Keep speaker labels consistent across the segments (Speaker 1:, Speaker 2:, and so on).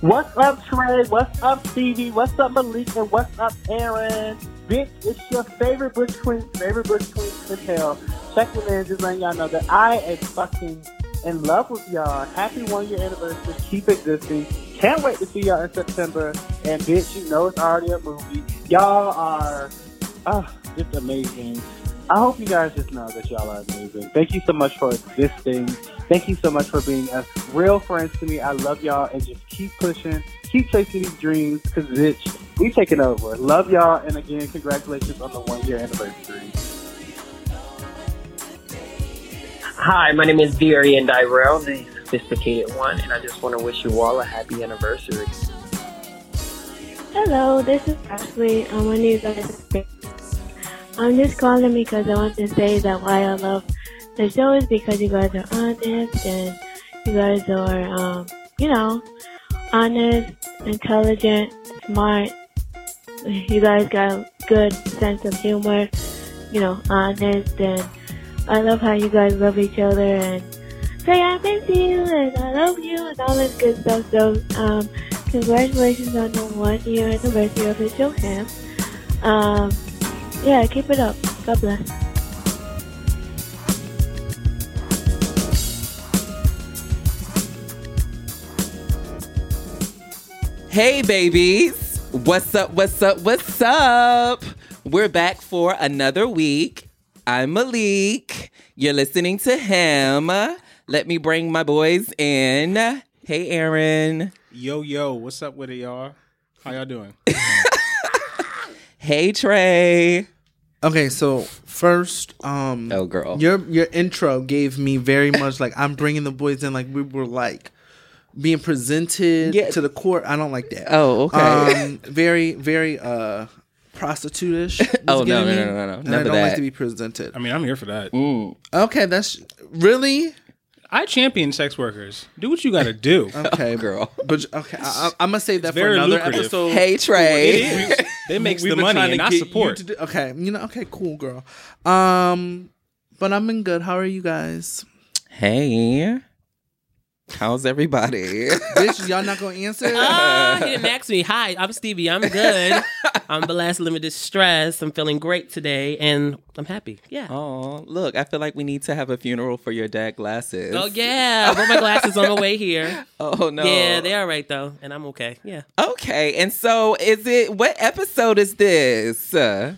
Speaker 1: What's up, Trey? What's up, Stevie? What's up, Malika? What's up, Aaron? Bitch, it's your favorite Bush Queen, favorite Bush Queen Patel. Checking in, just letting y'all know that I am fucking in love with y'all. Happy one year anniversary. Keep existing. Can't wait to see y'all in September. And bitch, you know it's already a movie. Y'all are oh, just amazing. I hope you guys just know that y'all are amazing. Thank you so much for existing. Thank you so much for being us real friends to me. I love y'all and just keep pushing, keep chasing these dreams because bitch, we taking over. Love y'all and again, congratulations on the one year anniversary.
Speaker 2: Hi, my name is Deary Dyrell, the sophisticated one, and I just want to wish you all a happy anniversary.
Speaker 3: Hello, this is Ashley. I'm one of you guys. I'm just calling because I want to say that why I love the show is because you guys are honest and you guys are, um, you know, honest, intelligent, smart. You guys got a good sense of humor, you know, honest, and I love how you guys love each other and say I miss you and I love you and all this good stuff. So, um, congratulations on the one year anniversary of the show camp. Um, yeah, keep it up. God bless.
Speaker 4: Hey, babies. What's up? What's up? What's up? We're back for another week. I'm Malik. You're listening to him. Let me bring my boys in. Hey, Aaron.
Speaker 5: Yo, yo, what's up with it, y'all? How y'all doing?
Speaker 4: Hey, Trey.
Speaker 6: Okay, so first, um,
Speaker 4: Oh, girl.
Speaker 6: your your intro gave me very much like I'm bringing the boys in like we were like being presented
Speaker 4: Yeah.
Speaker 6: to the court. I don't like that.
Speaker 4: Oh, okay.
Speaker 6: Um, very very uh prostitutish. was
Speaker 4: Oh, no,
Speaker 6: giving
Speaker 4: no,
Speaker 6: me,
Speaker 4: no, no, no,
Speaker 6: and
Speaker 4: none
Speaker 6: I
Speaker 4: of
Speaker 6: don't
Speaker 4: that.
Speaker 6: like to be presented.
Speaker 5: I mean, I'm here for that.
Speaker 6: Okay, that's really
Speaker 5: I champion sex workers. Do what you gotta do.
Speaker 6: okay,
Speaker 4: Girl.
Speaker 6: But okay, I, I, I'm gonna save that for
Speaker 5: very
Speaker 6: another
Speaker 5: lucrative.
Speaker 6: episode.
Speaker 4: Hey, Trey.
Speaker 5: We- they makes
Speaker 6: We've
Speaker 5: the
Speaker 6: been
Speaker 5: money
Speaker 6: trying to
Speaker 5: and I
Speaker 6: get you
Speaker 5: support.
Speaker 6: to do- okay, you know, okay, cool, girl. Um, but I'm in good. How are you guys?
Speaker 4: Hey. How's everybody?
Speaker 6: Bitch, y'all not gonna answer?
Speaker 7: Ah, he didn't ask me. Hi, I'm Stevie. I'm good. I'm blessed, limited stress. I'm feeling great today, and I'm happy. Yeah. Oh,
Speaker 4: Oh, look, I feel like we need to have a funeral for your dad glasses.
Speaker 8: Oh,
Speaker 7: Oh, yeah. I brought my glasses on my way here.
Speaker 4: Oh no.
Speaker 7: Yeah, they are right though, and I'm okay. Yeah,
Speaker 4: Okay, and so is it what episode is this? Uh,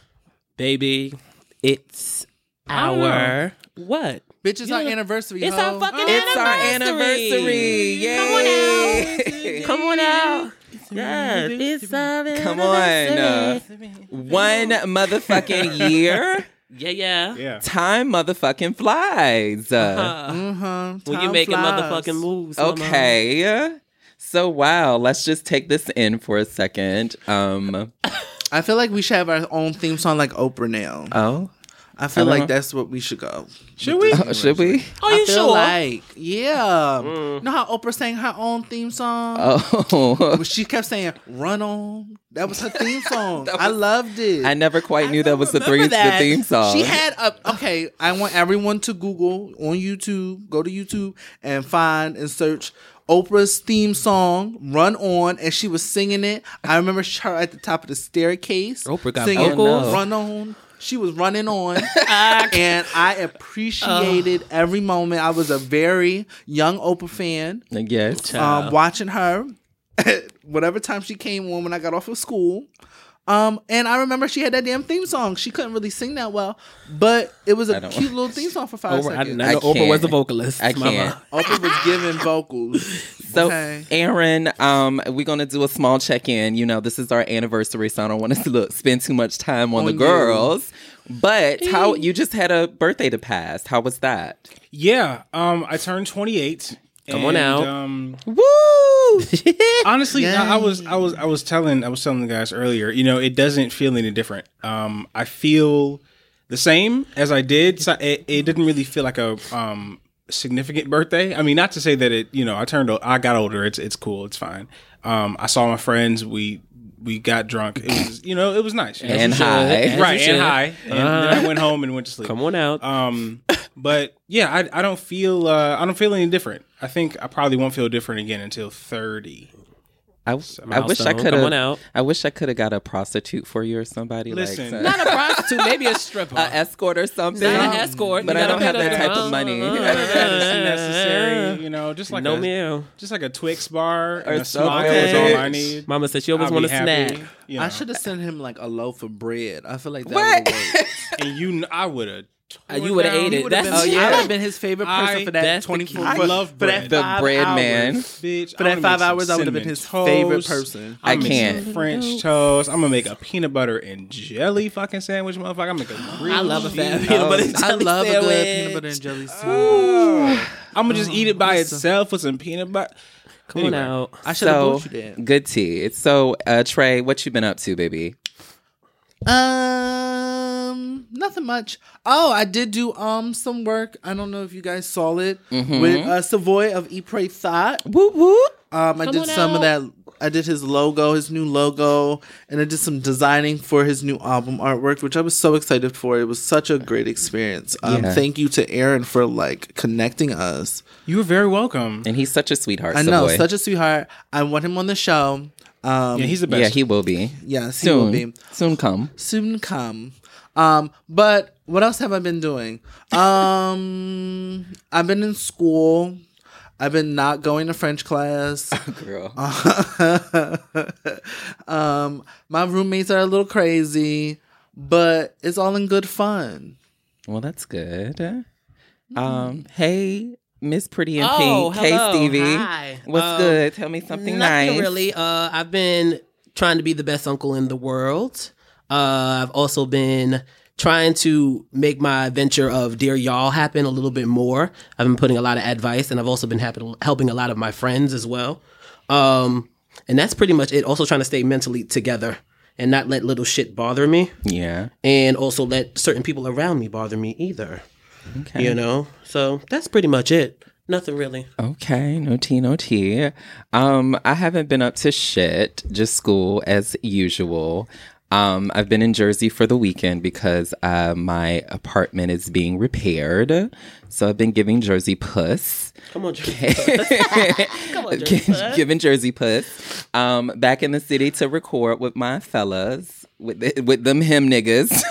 Speaker 7: baby, it's
Speaker 5: don't know.
Speaker 7: our Ah, what?
Speaker 6: Bitch, it's our
Speaker 7: You know,
Speaker 6: anniversary.
Speaker 7: It's
Speaker 6: ho.
Speaker 7: our fucking
Speaker 4: it's our anniversary.
Speaker 7: anniversary.
Speaker 4: Yay.
Speaker 7: Come on out. Yes, it's our
Speaker 4: Come on. Uh,
Speaker 7: anniversary.
Speaker 4: one motherfucking year.
Speaker 7: Yeah, yeah.
Speaker 5: yeah.
Speaker 4: Time motherfucking flies. Uh,
Speaker 7: Uh,
Speaker 6: Uh-huh.
Speaker 7: when you
Speaker 6: Time
Speaker 7: making
Speaker 6: flies.
Speaker 7: motherfucking moves. mama.
Speaker 4: Okay. So wow, let's just take this in for a second. Um
Speaker 6: I feel like we should have our own theme song like Oprah now.
Speaker 4: oh,
Speaker 6: I feel
Speaker 4: I
Speaker 6: like
Speaker 4: don't-
Speaker 6: that's what we should go.
Speaker 5: Should we?
Speaker 4: should we?
Speaker 7: Uh-huh. Are
Speaker 6: I
Speaker 7: Oh, you
Speaker 6: feel
Speaker 7: sure? Mm.
Speaker 6: like, yeah. You know how Oprah sang her own theme song?
Speaker 4: Oh.
Speaker 6: But she kept saying "Run on." That was her theme song. I loved it.
Speaker 4: I never quite knew that was the
Speaker 6: Remember
Speaker 4: three the
Speaker 6: that?
Speaker 4: theme song.
Speaker 6: She had a okay. I want everyone to Google on YouTube. Go to YouTube and find and search Oprah's theme song "Run On," and she was singing it. I remember her at the top of the staircase.
Speaker 7: Oprah got
Speaker 6: singing
Speaker 4: vocals.
Speaker 6: "Run On." She was running on, and I appreciated every moment. I was a very young Oprah fan
Speaker 4: yes.
Speaker 6: um, watching her whatever time she came on when I got off of school. Um, and I remember she had that damn theme song. She couldn't really sing that well, but it was
Speaker 4: I
Speaker 6: a
Speaker 4: don't-
Speaker 6: cute little theme song for five
Speaker 8: Oh,
Speaker 7: Oprah, Oh, I did
Speaker 6: seconds.
Speaker 7: not know
Speaker 4: I
Speaker 7: Oprah was
Speaker 4: can't.
Speaker 7: the vocalist.
Speaker 4: I
Speaker 7: mama.
Speaker 4: can't.
Speaker 6: Oprah was giving vocals.
Speaker 4: So,
Speaker 6: Okay.
Speaker 4: Aaron, um, we're gonna do a small check-in. You know, this is our anniversary, so I don't want to look, spend too much time on, the
Speaker 6: you.
Speaker 4: girls. But how you just had a birthday to pass? How was that?
Speaker 5: Yeah. Um, I turned 28.
Speaker 7: Come on
Speaker 5: and,
Speaker 7: out.
Speaker 5: Um,
Speaker 4: Woo!
Speaker 5: honestly, I, I was, I was, I was telling, I was telling the guys earlier. You know, it doesn't feel any different. Um, I feel the same as I did. So it, it didn't really feel like a um significant birthday. I mean, not to say that it. You know, I turned, o- I got older. It's, it's cool. It's fine. Um, I saw my friends. We, we got drunk. It was, you know, it was nice. You know?
Speaker 4: and
Speaker 7: should.
Speaker 4: hi.
Speaker 7: as
Speaker 5: right
Speaker 7: you
Speaker 5: and
Speaker 7: should.
Speaker 5: high. And then I went home and went to sleep.
Speaker 7: Uh. Come on out.
Speaker 5: Um, but yeah, I, I don't feel uh, I don't feel any different. I think I probably won't feel different again until thirty.
Speaker 4: I, I wish I
Speaker 7: milestone.
Speaker 4: could
Speaker 7: Come on
Speaker 4: have.
Speaker 7: out.
Speaker 4: I wish I could have got a prostitute for you or somebody
Speaker 5: Listen.
Speaker 4: like
Speaker 7: Not a prostitute, maybe a stripper.
Speaker 4: an escort or something.
Speaker 7: Not an escort,
Speaker 4: but
Speaker 7: you
Speaker 4: I
Speaker 7: gotta
Speaker 4: don't have
Speaker 7: pay
Speaker 4: that
Speaker 7: them.
Speaker 4: type of money.
Speaker 5: That is unnecessary, you know, just like
Speaker 7: no
Speaker 5: a,
Speaker 7: meal.
Speaker 5: just like a Twix bar and a
Speaker 4: something.
Speaker 5: smile is all I
Speaker 4: Okay.
Speaker 5: need.
Speaker 7: Mama said she
Speaker 5: I'll
Speaker 7: always
Speaker 5: be
Speaker 7: want a
Speaker 5: happy,
Speaker 7: snack.
Speaker 5: You know.
Speaker 6: I should have sent him like a loaf of bread. I feel like that
Speaker 4: What?
Speaker 6: would have worked.
Speaker 5: and you, kn- I would have.
Speaker 7: Uh, you would have ate it. That's
Speaker 6: That's,
Speaker 4: Oh, yeah.
Speaker 6: I would have been his favorite person
Speaker 5: I-
Speaker 6: for that
Speaker 7: that's the
Speaker 6: twenty four.
Speaker 5: key. I love
Speaker 6: for that
Speaker 5: bread.
Speaker 4: The
Speaker 6: five
Speaker 4: bread
Speaker 6: hours.
Speaker 4: man.
Speaker 5: Bitch,
Speaker 6: For
Speaker 5: I wanna
Speaker 6: that five
Speaker 5: make some
Speaker 6: hours, I would've been
Speaker 5: cinnamon
Speaker 6: his favorite
Speaker 5: toast.
Speaker 6: person.
Speaker 5: I'm
Speaker 4: I
Speaker 5: gonna make some
Speaker 4: can't.
Speaker 5: French toast. I'm gonna make a peanut butter and jelly fucking sandwich, motherfucker. I'm gonna make a green
Speaker 7: I love a fat
Speaker 5: cheese.
Speaker 7: peanut butter
Speaker 4: Oh,
Speaker 7: and
Speaker 6: I
Speaker 7: jelly
Speaker 6: love a good
Speaker 7: sandwich.
Speaker 6: peanut butter and jelly sandwich.
Speaker 5: I'm gonna just eat it by
Speaker 6: Oh, That's a-
Speaker 5: itself with some peanut butter.
Speaker 7: Come
Speaker 5: Anyway.
Speaker 7: on out.
Speaker 6: I should have
Speaker 4: So
Speaker 6: bought you that.
Speaker 4: good tea. It's so uh, Trey. What you been up to, baby?
Speaker 6: Um, nothing much. Oh, I did do um some work. I don't know if you guys saw it
Speaker 4: Mm-hmm.
Speaker 6: with uh, Savoy of Ypres Thought.
Speaker 4: Whoop whoop.
Speaker 6: Um, I did some of that. I did his logo, his new logo, and I did some designing for his new album artwork, which I was so excited for. It was such a great experience. Um,
Speaker 4: Yeah.
Speaker 6: Thank you to Aaron for like connecting us.
Speaker 5: You were very welcome.
Speaker 4: And he's such a sweetheart.
Speaker 6: I know,
Speaker 4: Savoy.
Speaker 6: such a sweetheart. I want him on the show. Um,
Speaker 5: Yeah, he's the best.
Speaker 4: yeah, he will be
Speaker 6: yes, he will
Speaker 4: soon.
Speaker 6: be.
Speaker 4: Soon come.
Speaker 6: soon come. Um, but what else have I been doing? Um, I've been in school. I've been not going to French class.
Speaker 4: Girl.
Speaker 6: um, my roommates are a little crazy, but it's all in good fun.
Speaker 4: Well, that's good. Um, hey, Miss Pretty and
Speaker 7: Oh,
Speaker 4: Pink. Hey,
Speaker 7: hello.
Speaker 4: Stevie.
Speaker 7: Hi.
Speaker 4: What's
Speaker 7: Um,
Speaker 4: good? Tell me something
Speaker 7: Nothing
Speaker 4: nice.
Speaker 7: really. Uh, I've been trying to be the best uncle in the world. Uh, I've also been trying to make my venture of Dear Y'all happen a little bit more. I've been putting a lot of advice, and I've also been happen- helping a lot of my friends as well. Um, and that's pretty much it. Also trying to stay mentally together and not let little shit bother me,
Speaker 4: Yeah.
Speaker 7: and also let certain people around me bother me either.
Speaker 4: Okay.
Speaker 7: You know, so that's pretty much it. Nothing really.
Speaker 4: Okay, no tea, no tea. Um, I haven't been up to shit, just school as usual. Um, I've been in Jersey for the weekend because uh, my apartment is being repaired. So I've been giving Jersey puss.
Speaker 7: Come on, Jay.
Speaker 4: giving Jersey puss. Um, back in the city to record with my fellas, with the, with them him niggas.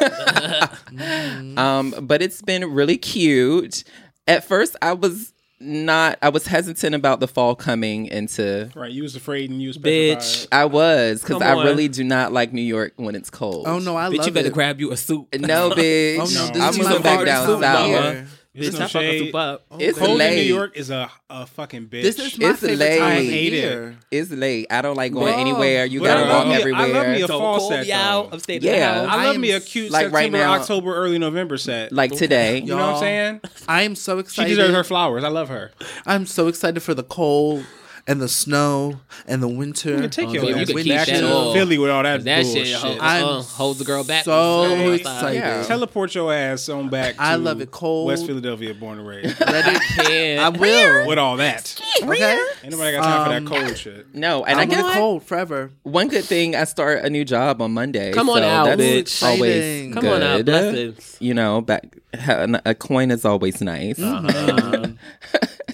Speaker 4: um, but it's been really cute. At first, I was not. I was hesitant about the fall coming into.
Speaker 5: right, you was afraid and you was
Speaker 7: Bitch.
Speaker 5: petrified.
Speaker 4: I was because
Speaker 7: Come
Speaker 4: I
Speaker 7: on.
Speaker 4: really do not like New York when it's cold.
Speaker 6: Oh no, I
Speaker 7: Bitch,
Speaker 6: love
Speaker 7: you better
Speaker 6: it.
Speaker 7: grab you a soup.
Speaker 4: No, bitch.
Speaker 6: Oh no, this
Speaker 4: I'm
Speaker 6: is
Speaker 4: gonna
Speaker 6: my
Speaker 4: go back
Speaker 6: favorite
Speaker 4: down
Speaker 6: soup
Speaker 4: south.
Speaker 6: here.
Speaker 5: There's
Speaker 7: Bitch,
Speaker 5: no
Speaker 7: I fuck a
Speaker 5: shade.
Speaker 7: soup up.
Speaker 4: It's
Speaker 5: Cold in New
Speaker 4: late.
Speaker 5: York is a, a fucking bitch.
Speaker 6: This is my
Speaker 4: It's
Speaker 6: favorite
Speaker 4: late.
Speaker 6: time
Speaker 4: I
Speaker 6: of
Speaker 5: hate it.
Speaker 6: year.
Speaker 4: It's late. I don't like going
Speaker 6: Bruh.
Speaker 4: anywhere. You
Speaker 5: But
Speaker 4: gotta
Speaker 5: I
Speaker 4: walk
Speaker 5: love me- I
Speaker 4: everywhere.
Speaker 5: love me a
Speaker 7: So
Speaker 5: fall
Speaker 7: cold
Speaker 5: set,
Speaker 7: be out
Speaker 5: though.
Speaker 7: of state
Speaker 4: Yeah.
Speaker 7: of the house.
Speaker 5: I love
Speaker 6: I
Speaker 5: me
Speaker 6: am
Speaker 5: a cute
Speaker 4: like right
Speaker 5: September,
Speaker 4: now-
Speaker 5: October, early November set.
Speaker 4: like today.
Speaker 5: you know what I'm
Speaker 6: Y'all.
Speaker 5: saying?
Speaker 6: I am so
Speaker 5: She
Speaker 6: excited.
Speaker 5: deserves her flowers. I love her.
Speaker 6: I'm so excited for the cold and the snow and the winter.
Speaker 5: You can take your
Speaker 9: Oh, you
Speaker 5: ass
Speaker 9: can
Speaker 5: back
Speaker 9: keep
Speaker 5: to
Speaker 9: that all.
Speaker 5: Philly with all that,
Speaker 9: That
Speaker 5: bullshit.
Speaker 9: shit hold,
Speaker 6: I'm
Speaker 9: uh, holds the girl back.
Speaker 6: So
Speaker 9: Outside.
Speaker 6: excited.
Speaker 4: Yeah.
Speaker 5: Teleport your ass on back. to
Speaker 6: I love it cold.
Speaker 5: West Philadelphia, born and raised.
Speaker 6: Let it- I
Speaker 9: Yeah.
Speaker 6: will.
Speaker 5: with all that,
Speaker 6: Okay.
Speaker 5: ain't nobody got time for
Speaker 6: Um,
Speaker 5: that cold shit.
Speaker 4: No, and
Speaker 6: I'm
Speaker 4: I get
Speaker 6: gonna cold forever.
Speaker 4: One good thing, I start a new job on Monday.
Speaker 7: Come on
Speaker 4: so
Speaker 7: out.
Speaker 4: That's
Speaker 7: Ooh,
Speaker 4: always
Speaker 6: exciting.
Speaker 7: Come on out,
Speaker 4: good.
Speaker 7: blessings.
Speaker 4: You know, back ha- a coin is always nice.
Speaker 7: Uh-huh.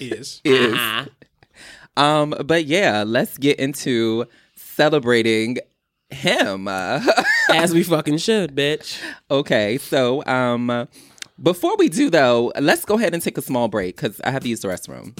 Speaker 5: Is
Speaker 4: Is.
Speaker 7: Ah.
Speaker 4: Um, but yeah, let's get into celebrating him.
Speaker 7: As we fucking should, bitch.
Speaker 4: okay, so um, before we do though, let's go ahead and take a small break because I have to use the restroom.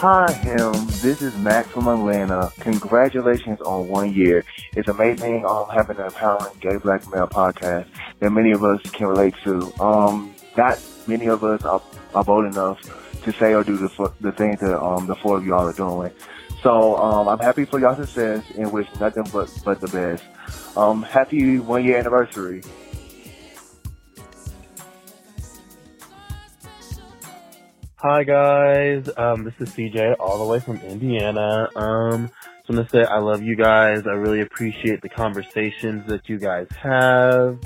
Speaker 10: Hi, him. This is Max from Atlanta. Congratulations on one year. It's amazing um, having an empowering gay black male podcast that many of us can relate to. Um, not many of us are, are bold enough to say or do the, fo- the things that um, the four of y'all are doing. So um, I'm happy for y'all's success and wish nothing but, but the best. Um, happy one year anniversary.
Speaker 9: Hi guys, um, this is CJ all the way from Indiana. Um, just want to say I love you guys. I really appreciate the conversations that you guys have.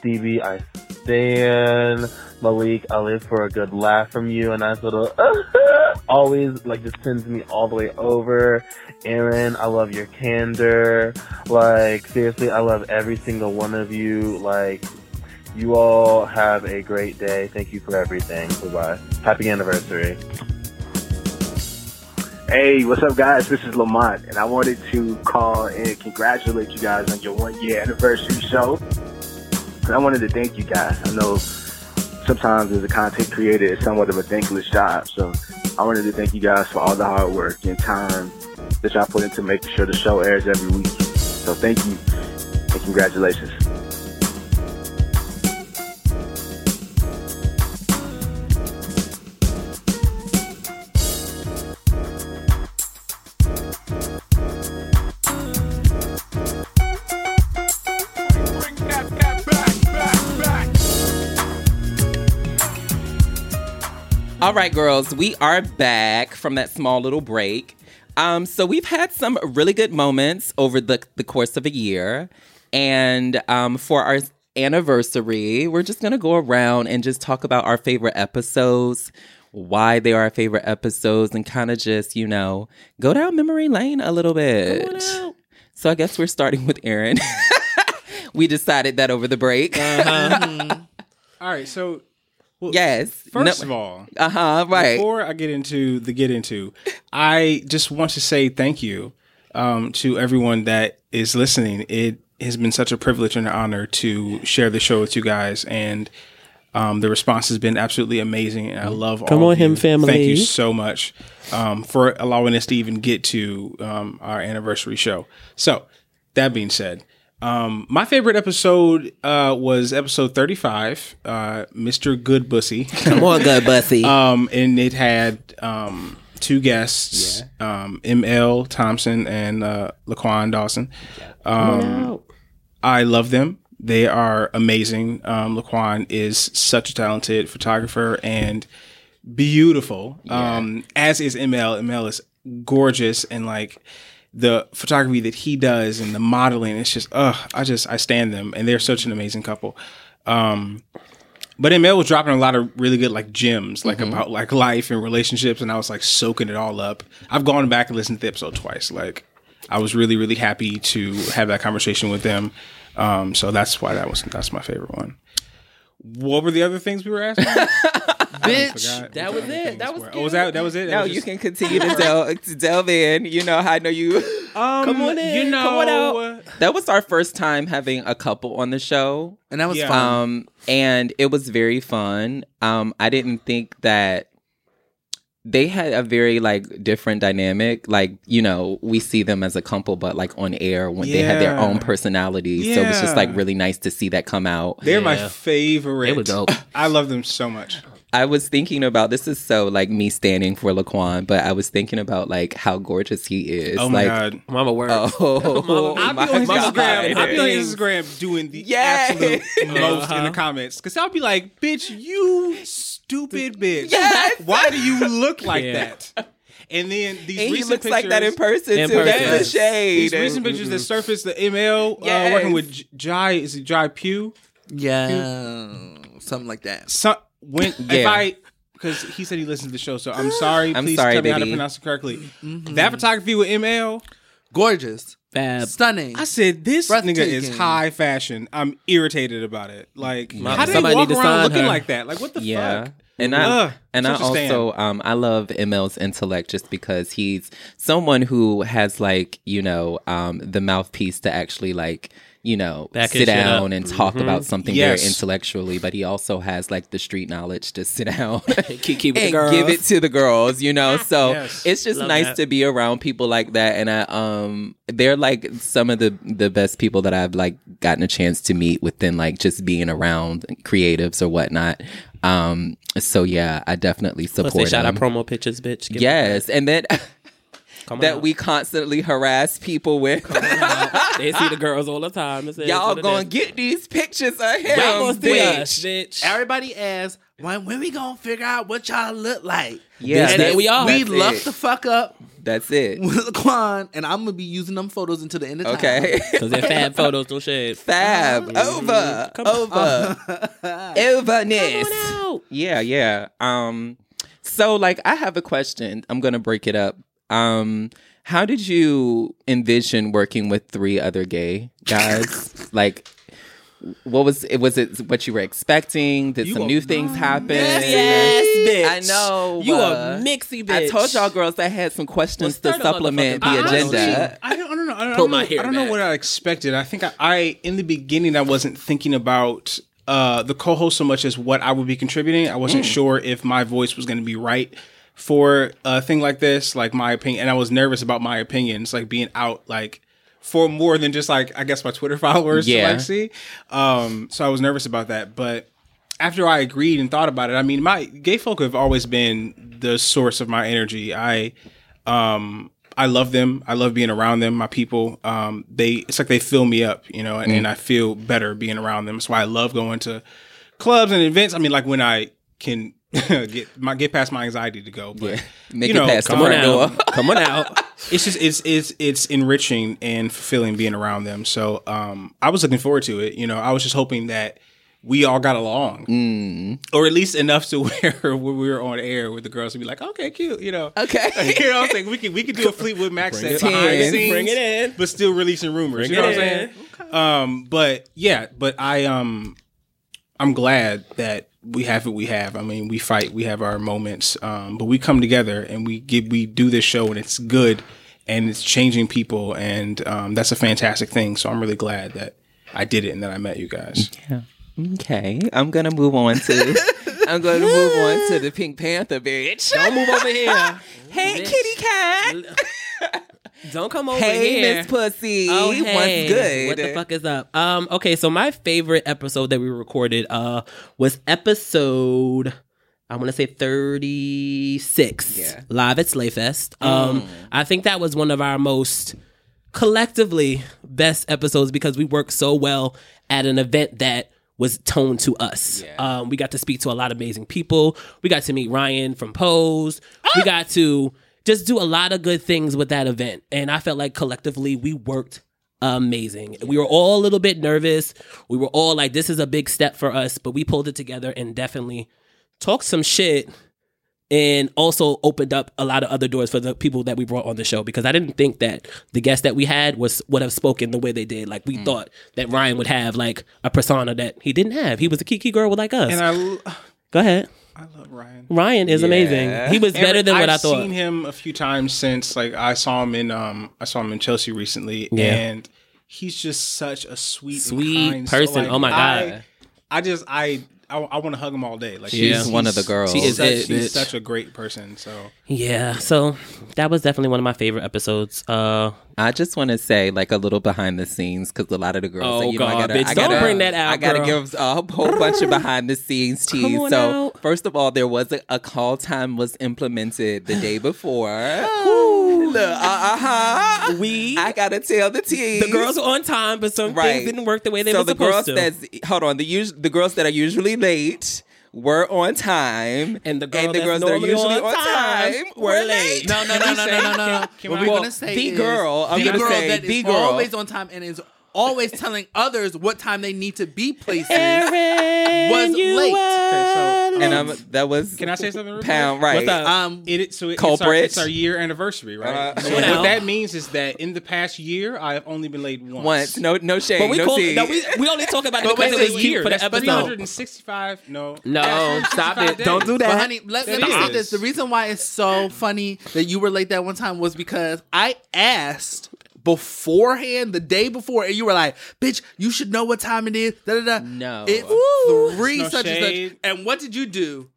Speaker 9: Stevie, I stand. Malik, I live for a good laugh from you, and I sort of always like just sends me all the way over. Aaron, I love your candor. Like seriously, I love every single one of you. Like you all have a great day. Thank you for everything. Goodbye. Happy anniversary.
Speaker 10: Hey, what's up, guys? This is Lamont, and I wanted to call and congratulate you guys on your one year anniversary show. And I wanted to thank you guys. I know sometimes as a content creator, it's somewhat of a thankless job. So I wanted to thank you guys for all the hard work and time that y'all put into making sure the show airs every week. So thank you, and congratulations.
Speaker 4: All right, girls, we are back from that small little break. Um, so we've had some really good moments over the, the course of a year. And um, for our anniversary, we're just going to go around and just talk about our favorite episodes, why they are our favorite episodes, and kind of just, you know, go down memory lane a little bit. So I guess we're starting with Erin. we decided that over the break.
Speaker 5: Uh,
Speaker 9: Mm-hmm.
Speaker 5: All right, so
Speaker 4: yes.
Speaker 5: first of all,
Speaker 4: uh huh, right.
Speaker 5: Before I get into the get into, I just want to say thank you um, to everyone that is listening. It has been such a privilege and an honor to share the show with you guys, and um, the response has been absolutely amazing. And I love
Speaker 7: Mm-hmm. Come
Speaker 5: all
Speaker 7: on,
Speaker 5: of
Speaker 7: him
Speaker 5: you. Thank
Speaker 7: family.
Speaker 5: you so much um, for allowing us to even get to um, our anniversary show. So that being said. Um, my favorite episode uh, was episode 35, uh, Mr. Good Bussy.
Speaker 7: Come on, good bussy.
Speaker 5: Um, and it had um, two guests, um, ML Thompson and uh, Laquan Dawson. Um, I love them. They are amazing. Um, Laquan is such a talented photographer and beautiful. Um, as is ML. ML is gorgeous and like the photography that he does and the modeling. It's just, ugh, I just I stand them and they're such an amazing couple. Um, but ML was dropping a lot of really good like gems, like
Speaker 4: Mm-hmm.
Speaker 5: about like life and relationships, and I was like soaking it all up. I've gone back and listened to the episode twice. Like I was really, really happy to have that conversation with them. Um, so that's why that was that's my favorite one. What were the other things we were asking?
Speaker 7: Bitch.
Speaker 4: That was it. That was
Speaker 5: oh, was that that was it? That
Speaker 4: No,
Speaker 5: was
Speaker 4: you
Speaker 5: just-
Speaker 4: can continue to delve, to delve in. You know, I know you.
Speaker 5: um,
Speaker 4: Come on in.
Speaker 5: You know,
Speaker 4: Come on out. That was our first time having a couple on the show.
Speaker 6: And that was
Speaker 5: Yeah.
Speaker 6: fun.
Speaker 4: Um, and it was very fun. Um, I didn't think that they had a very like different dynamic. Like, you know, we see them as a couple, but like on air when they had their
Speaker 5: Yeah.
Speaker 4: own personalities. So it was just like
Speaker 5: Yeah.
Speaker 4: really nice to see that come out.
Speaker 5: They're
Speaker 7: Yeah.
Speaker 5: my favorite.
Speaker 7: They were dope.
Speaker 5: I love them so much.
Speaker 4: I was thinking about this is so like me standing for Laquan, but I was thinking about like how gorgeous he is.
Speaker 5: oh my
Speaker 4: like,
Speaker 5: god.
Speaker 7: Mama word.
Speaker 4: Oh,
Speaker 5: I'll
Speaker 4: my
Speaker 5: be on
Speaker 4: God.
Speaker 5: Instagram. I'll be on Instagram doing the
Speaker 4: Yes.
Speaker 5: absolute most in the comments because I'll be like, "Bitch, you stupid bitch!
Speaker 4: Yes.
Speaker 5: Why do you look like
Speaker 7: Yeah.
Speaker 5: that?" And then these recent
Speaker 4: And he looks
Speaker 5: pictures,
Speaker 4: like that in person
Speaker 7: In
Speaker 4: too.
Speaker 7: person.
Speaker 4: That's the shade.
Speaker 5: These recent pictures that surfaced, the ML
Speaker 4: Yes.
Speaker 5: uh, working with J- Jai is it Jai Pugh?
Speaker 6: Yeah, something like that.
Speaker 5: So, when if
Speaker 4: Yeah.
Speaker 5: I because he said he listened to the show, so I'm sorry.
Speaker 4: I'm
Speaker 5: Please
Speaker 4: sorry,
Speaker 5: tell me how to
Speaker 4: baby.
Speaker 5: pronounce it correctly. That photography with ML,
Speaker 6: Gorgeous,
Speaker 9: Uh,
Speaker 7: Fab.
Speaker 6: stunning.
Speaker 5: I said this nigga
Speaker 6: Breathtaking.
Speaker 5: is high fashion. I'm irritated about it. Like, how do they
Speaker 7: Somebody
Speaker 5: walk
Speaker 7: need to
Speaker 5: around
Speaker 7: sign
Speaker 5: looking
Speaker 7: her.
Speaker 5: like that? Like, what the
Speaker 4: yeah.
Speaker 5: fuck?
Speaker 4: And I
Speaker 5: Ugh,
Speaker 4: and I
Speaker 5: such a stand.
Speaker 4: also um I love ML's intellect just because he's someone who has like, you know, um the mouthpiece to actually like, you know,
Speaker 7: Back
Speaker 4: sit
Speaker 7: his shit up.
Speaker 4: down and talk about something
Speaker 5: Yes.
Speaker 4: very intellectually, but he also has like the street knowledge to sit down
Speaker 7: Kiki with the
Speaker 4: and
Speaker 7: girls.
Speaker 4: give it to the girls, you know. So
Speaker 5: Yes.
Speaker 4: it's just
Speaker 7: Love
Speaker 4: nice
Speaker 7: that.
Speaker 4: to be around people like that, and I um, they're like some of the the best people that I've like gotten a chance to meet within like just being around creatives or whatnot. Um, so yeah, I definitely
Speaker 7: Plus
Speaker 4: support.
Speaker 7: they shot our
Speaker 4: them.
Speaker 7: promo pictures, bitch. Give
Speaker 4: yes, and then
Speaker 7: it- Come on
Speaker 4: that
Speaker 7: out.
Speaker 4: we constantly harass people with.
Speaker 7: they see the girls all the time. and say,
Speaker 4: Y'all
Speaker 7: "What it
Speaker 4: gonna
Speaker 7: is."
Speaker 4: get these pictures of him,
Speaker 7: Y'all gonna see
Speaker 4: bitch.
Speaker 7: us, bitch.
Speaker 6: Everybody asks, When when we gonna figure out what y'all look like?
Speaker 4: Yeah,
Speaker 6: and
Speaker 4: that's-
Speaker 6: we are. We
Speaker 4: that's
Speaker 6: lucked
Speaker 4: it.
Speaker 6: the fuck up
Speaker 4: That's it.
Speaker 6: with Laquan, and I'm gonna be using them photos until the end of time.
Speaker 4: Okay.
Speaker 8: Because they're fab photos, no shade.
Speaker 4: Fab. Over. Over.
Speaker 9: Uh,
Speaker 4: Overness. Yeah, yeah. Um, so like I have a question. I'm gonna break it up. Um, how did you envision working with three other gay guys? like what was it was it what you were expecting? Did
Speaker 8: You
Speaker 4: some
Speaker 8: a
Speaker 4: new things happen?
Speaker 8: Yes,
Speaker 4: I know.
Speaker 8: You
Speaker 4: uh,
Speaker 8: a mixy bitch.
Speaker 4: I told y'all girls I had some questions
Speaker 8: Well, start
Speaker 4: to
Speaker 8: a
Speaker 4: supplement the
Speaker 8: motherfucking
Speaker 5: don't-
Speaker 4: agenda.
Speaker 5: I don't, I don't know. I don't, I
Speaker 8: Pull
Speaker 5: don't
Speaker 8: my
Speaker 5: know,
Speaker 8: hair
Speaker 5: I don't know
Speaker 8: back.
Speaker 5: what I expected. I think I, I in the beginning I wasn't thinking about uh, the co-host so much as what I would be contributing. I wasn't sure if my voice was going to be right for a thing like this, like my opinion, and I was nervous about my opinions, like being out, like for more than just like I guess my Twitter followers
Speaker 4: Yeah.
Speaker 5: to like see. Um, so I was nervous about that, but after I agreed and thought about it, I mean, my gay folk have always been the source of my energy. I, um, I love them. I love being around them. My people, um, they it's like they fill me up, you know, and,
Speaker 4: Mm.
Speaker 5: and I feel better being around them. That's why I love going to clubs and events. I mean, like when I can get my get past my anxiety to go, but
Speaker 4: Make
Speaker 5: you
Speaker 4: it
Speaker 5: know,
Speaker 4: past the
Speaker 8: Come on
Speaker 4: front door.
Speaker 8: out. Come on out.
Speaker 5: it's just it's it's it's enriching and fulfilling being around them. So um, I was looking forward to it. You know, I was just hoping that we all got along,
Speaker 4: Mm.
Speaker 5: or at least enough to where when we were on air with the girls would be like, okay, cute. You
Speaker 4: Oh,
Speaker 5: know,
Speaker 4: Okay.
Speaker 5: you know, I'm saying we could we could do a Fleetwood Mac set
Speaker 4: it
Speaker 5: behind
Speaker 4: in.
Speaker 5: the scenes,
Speaker 8: Bring it in.
Speaker 5: but still releasing rumors. you know what I'm
Speaker 8: it
Speaker 5: saying? Um, but yeah, but I um, I'm glad that we have what we have. I mean, we fight, we have our moments, um, but we come together and we get we do this show and it's good and it's changing people and um, that's a fantastic thing. So I'm really glad that I did it and that I met you guys.
Speaker 4: Okay, I'm gonna move on to. I'm gonna move on to the Pink Panther, bitch.
Speaker 8: Don't move over here.
Speaker 4: hey,
Speaker 8: bitch.
Speaker 4: kitty cat.
Speaker 8: Don't come over
Speaker 4: Hey,
Speaker 8: here.
Speaker 4: Miss Pussy.
Speaker 8: Oh, hey.
Speaker 4: What's good?
Speaker 8: What the fuck is up? Um, okay, so my favorite episode that we recorded uh was episode I want to say 36
Speaker 4: Yeah. Mm.
Speaker 8: live at Slay Fest. Um, I think that was one of our most collectively best episodes because we worked so well at an event that was toned to us. Um, we got to speak to a lot of amazing people. We got to meet Ryan from Pose. We got to just do a lot of good things with that event. And I felt like collectively we worked amazing. We were all a little bit nervous. We were all like, this is a big step for us, but we pulled it together and definitely talked some shit and also opened up a lot of other doors for the people that we brought on the show because I didn't think that the guests that we had was would have spoken the way they did. Like
Speaker 4: Mm.
Speaker 8: we thought that Ryan would have like a persona that he didn't have. He was a kiki girl like us.
Speaker 5: And I l-
Speaker 8: Go ahead.
Speaker 5: I love Ryan.
Speaker 8: Ryan is amazing. He was better than what
Speaker 5: I've
Speaker 8: I thought.
Speaker 5: seen him a few times since like I saw him in um I saw him in Chelsea recently
Speaker 8: Yeah.
Speaker 5: and he's just such a sweet and
Speaker 8: Sweet
Speaker 5: kind
Speaker 8: person.
Speaker 5: like,
Speaker 8: Oh my
Speaker 5: I-
Speaker 8: God.
Speaker 5: I, just I I, I want to hug him all day. Like
Speaker 8: She's
Speaker 4: one of the girls.
Speaker 8: She is
Speaker 5: such,
Speaker 8: it,
Speaker 5: she's
Speaker 8: bitch.
Speaker 5: such a great person. So
Speaker 8: Yeah, so that was definitely one of my favorite episodes. Uh,
Speaker 4: I just want to say, like, a little behind the scenes because a lot of the girls.
Speaker 8: Oh,
Speaker 4: like, you know, I
Speaker 8: God,
Speaker 4: gotta,
Speaker 8: bitch,
Speaker 4: I
Speaker 8: don't
Speaker 4: gotta-
Speaker 8: bring that out,
Speaker 4: I gotta
Speaker 8: girl.
Speaker 4: give a whole bunch of behind the scenes
Speaker 8: Come
Speaker 4: tea.
Speaker 8: on
Speaker 4: So,
Speaker 8: out.
Speaker 4: first of all, there was a, a call time was implemented the day before. Woo. Look, uh huh.
Speaker 8: Oh. we
Speaker 4: I gotta tell the tea.
Speaker 8: the girls were on time, but some
Speaker 4: Right.
Speaker 8: things didn't work the way they
Speaker 4: so
Speaker 8: were
Speaker 4: the
Speaker 8: supposed
Speaker 4: girls
Speaker 8: to.
Speaker 4: that's hold on the us- the girls that are usually late were on time
Speaker 8: And the girl that's
Speaker 4: girls that are
Speaker 8: normally
Speaker 4: usually
Speaker 8: on time were late.
Speaker 6: No, no, no, no, no, no, no.
Speaker 5: Can
Speaker 6: what
Speaker 5: we-
Speaker 6: we're
Speaker 5: well,
Speaker 6: gonna say
Speaker 4: the
Speaker 6: is
Speaker 4: girl, I'm
Speaker 6: the
Speaker 4: gonna
Speaker 6: girl
Speaker 4: say,
Speaker 6: that is
Speaker 4: the girl.
Speaker 6: always on time and is always telling others what time they need to be places.
Speaker 8: Erin,
Speaker 6: was
Speaker 8: you
Speaker 6: late.
Speaker 8: were
Speaker 5: Okay, so,
Speaker 4: and
Speaker 8: late.
Speaker 4: I'm that was
Speaker 5: Can I say something real quick?
Speaker 4: pound right
Speaker 8: What's up?
Speaker 6: Um,
Speaker 5: it is- so it- it's, our,
Speaker 4: Culprit.
Speaker 5: it's our year anniversary, right?
Speaker 4: Uh,
Speaker 5: so
Speaker 8: Come on out.
Speaker 5: what that means is that in the past year, I have only been late once.
Speaker 4: once no no shade
Speaker 8: but we
Speaker 4: no
Speaker 8: call
Speaker 4: tea.
Speaker 8: no, we, we only talk about it
Speaker 6: But
Speaker 8: because
Speaker 6: wait,
Speaker 8: it was
Speaker 6: wait,
Speaker 8: cute for the
Speaker 5: That's
Speaker 8: episode.
Speaker 5: 365. No.
Speaker 8: No,
Speaker 5: That's
Speaker 8: stop
Speaker 5: 365
Speaker 8: it. Don't
Speaker 5: days.
Speaker 8: do
Speaker 6: But
Speaker 8: that.
Speaker 6: honey, let, let
Speaker 5: That
Speaker 6: me say
Speaker 5: is.
Speaker 6: this. The reason why it's so funny that you were late that one time was because I asked beforehand, the day before, and you were like, bitch, you should know what time it is. Da, da, da.
Speaker 4: No.
Speaker 6: It's
Speaker 8: Ooh.
Speaker 6: three
Speaker 5: No
Speaker 6: such and
Speaker 5: shade.
Speaker 6: such. And what did you do?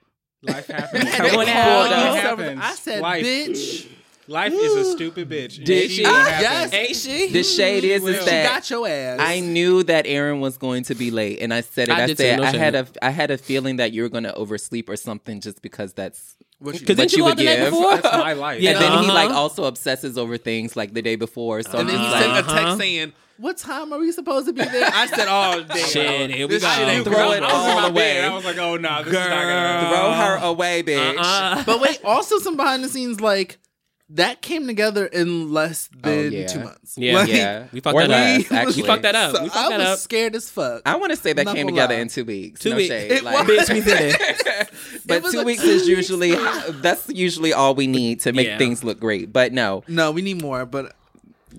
Speaker 5: Life happens.
Speaker 6: And they
Speaker 8: on
Speaker 6: called
Speaker 8: out.
Speaker 6: you
Speaker 8: Life
Speaker 6: several- I said,
Speaker 5: Life,
Speaker 6: bitch.
Speaker 5: life is a stupid bitch.
Speaker 4: Did
Speaker 5: She
Speaker 4: she?
Speaker 5: will
Speaker 4: Ah,
Speaker 5: happen.
Speaker 6: yes.
Speaker 8: Ain't she?
Speaker 4: the shade is
Speaker 5: will.
Speaker 4: is
Speaker 5: She
Speaker 6: You
Speaker 4: that
Speaker 6: got your ass.
Speaker 4: I knew that Aaron was going to be late, and I said it.
Speaker 8: I
Speaker 4: I,
Speaker 8: did too,
Speaker 4: said
Speaker 8: no
Speaker 4: I
Speaker 8: shade.
Speaker 4: had a I had a feeling that you were going to oversleep or something, just because that's
Speaker 6: What you
Speaker 8: Because
Speaker 6: did.
Speaker 8: didn't
Speaker 4: What
Speaker 8: you
Speaker 4: you
Speaker 8: go
Speaker 4: would
Speaker 8: out the night
Speaker 4: give.
Speaker 8: before?
Speaker 5: That's my life.
Speaker 8: Yeah.
Speaker 4: and then he
Speaker 8: Uh-huh.
Speaker 4: like also obsesses over things like the day before. So
Speaker 6: And then he
Speaker 4: he's
Speaker 8: Uh-huh.
Speaker 6: sent
Speaker 4: like,
Speaker 6: a text saying, what time are we supposed to be there? I said, oh, damn.
Speaker 8: Shit, here we
Speaker 6: This
Speaker 8: go.
Speaker 6: shit ain't
Speaker 4: Throw it
Speaker 5: I was in
Speaker 4: all
Speaker 5: my
Speaker 4: away.
Speaker 5: bed. I was like, oh no, this is not
Speaker 8: Girl.
Speaker 5: gonna.
Speaker 4: Throw her away, bitch.
Speaker 8: Uh,
Speaker 6: But wait, also some behind the scenes, like, that came together in less than
Speaker 4: Oh, yeah.
Speaker 6: two months.
Speaker 8: Yeah.
Speaker 6: Like,
Speaker 4: Yeah,
Speaker 8: We fucked
Speaker 4: Or
Speaker 8: that up.
Speaker 4: less,
Speaker 8: We
Speaker 4: actually.
Speaker 8: fucked that up.
Speaker 6: So
Speaker 8: we fucked
Speaker 6: I
Speaker 8: that
Speaker 6: was
Speaker 8: up.
Speaker 6: scared as fuck.
Speaker 4: I want to say that
Speaker 6: Not
Speaker 4: came
Speaker 6: gonna
Speaker 4: together
Speaker 6: lie.
Speaker 4: in two weeks.
Speaker 8: Two
Speaker 4: no
Speaker 8: weeks.
Speaker 4: Shade.
Speaker 6: It
Speaker 4: like,
Speaker 6: was-
Speaker 8: Bitch, we did it.
Speaker 4: but
Speaker 6: was
Speaker 4: two
Speaker 6: like
Speaker 4: weeks
Speaker 6: two
Speaker 4: is usually that's usually all we need to make
Speaker 8: Yeah.
Speaker 4: things look great. But no,
Speaker 6: no, we need more, but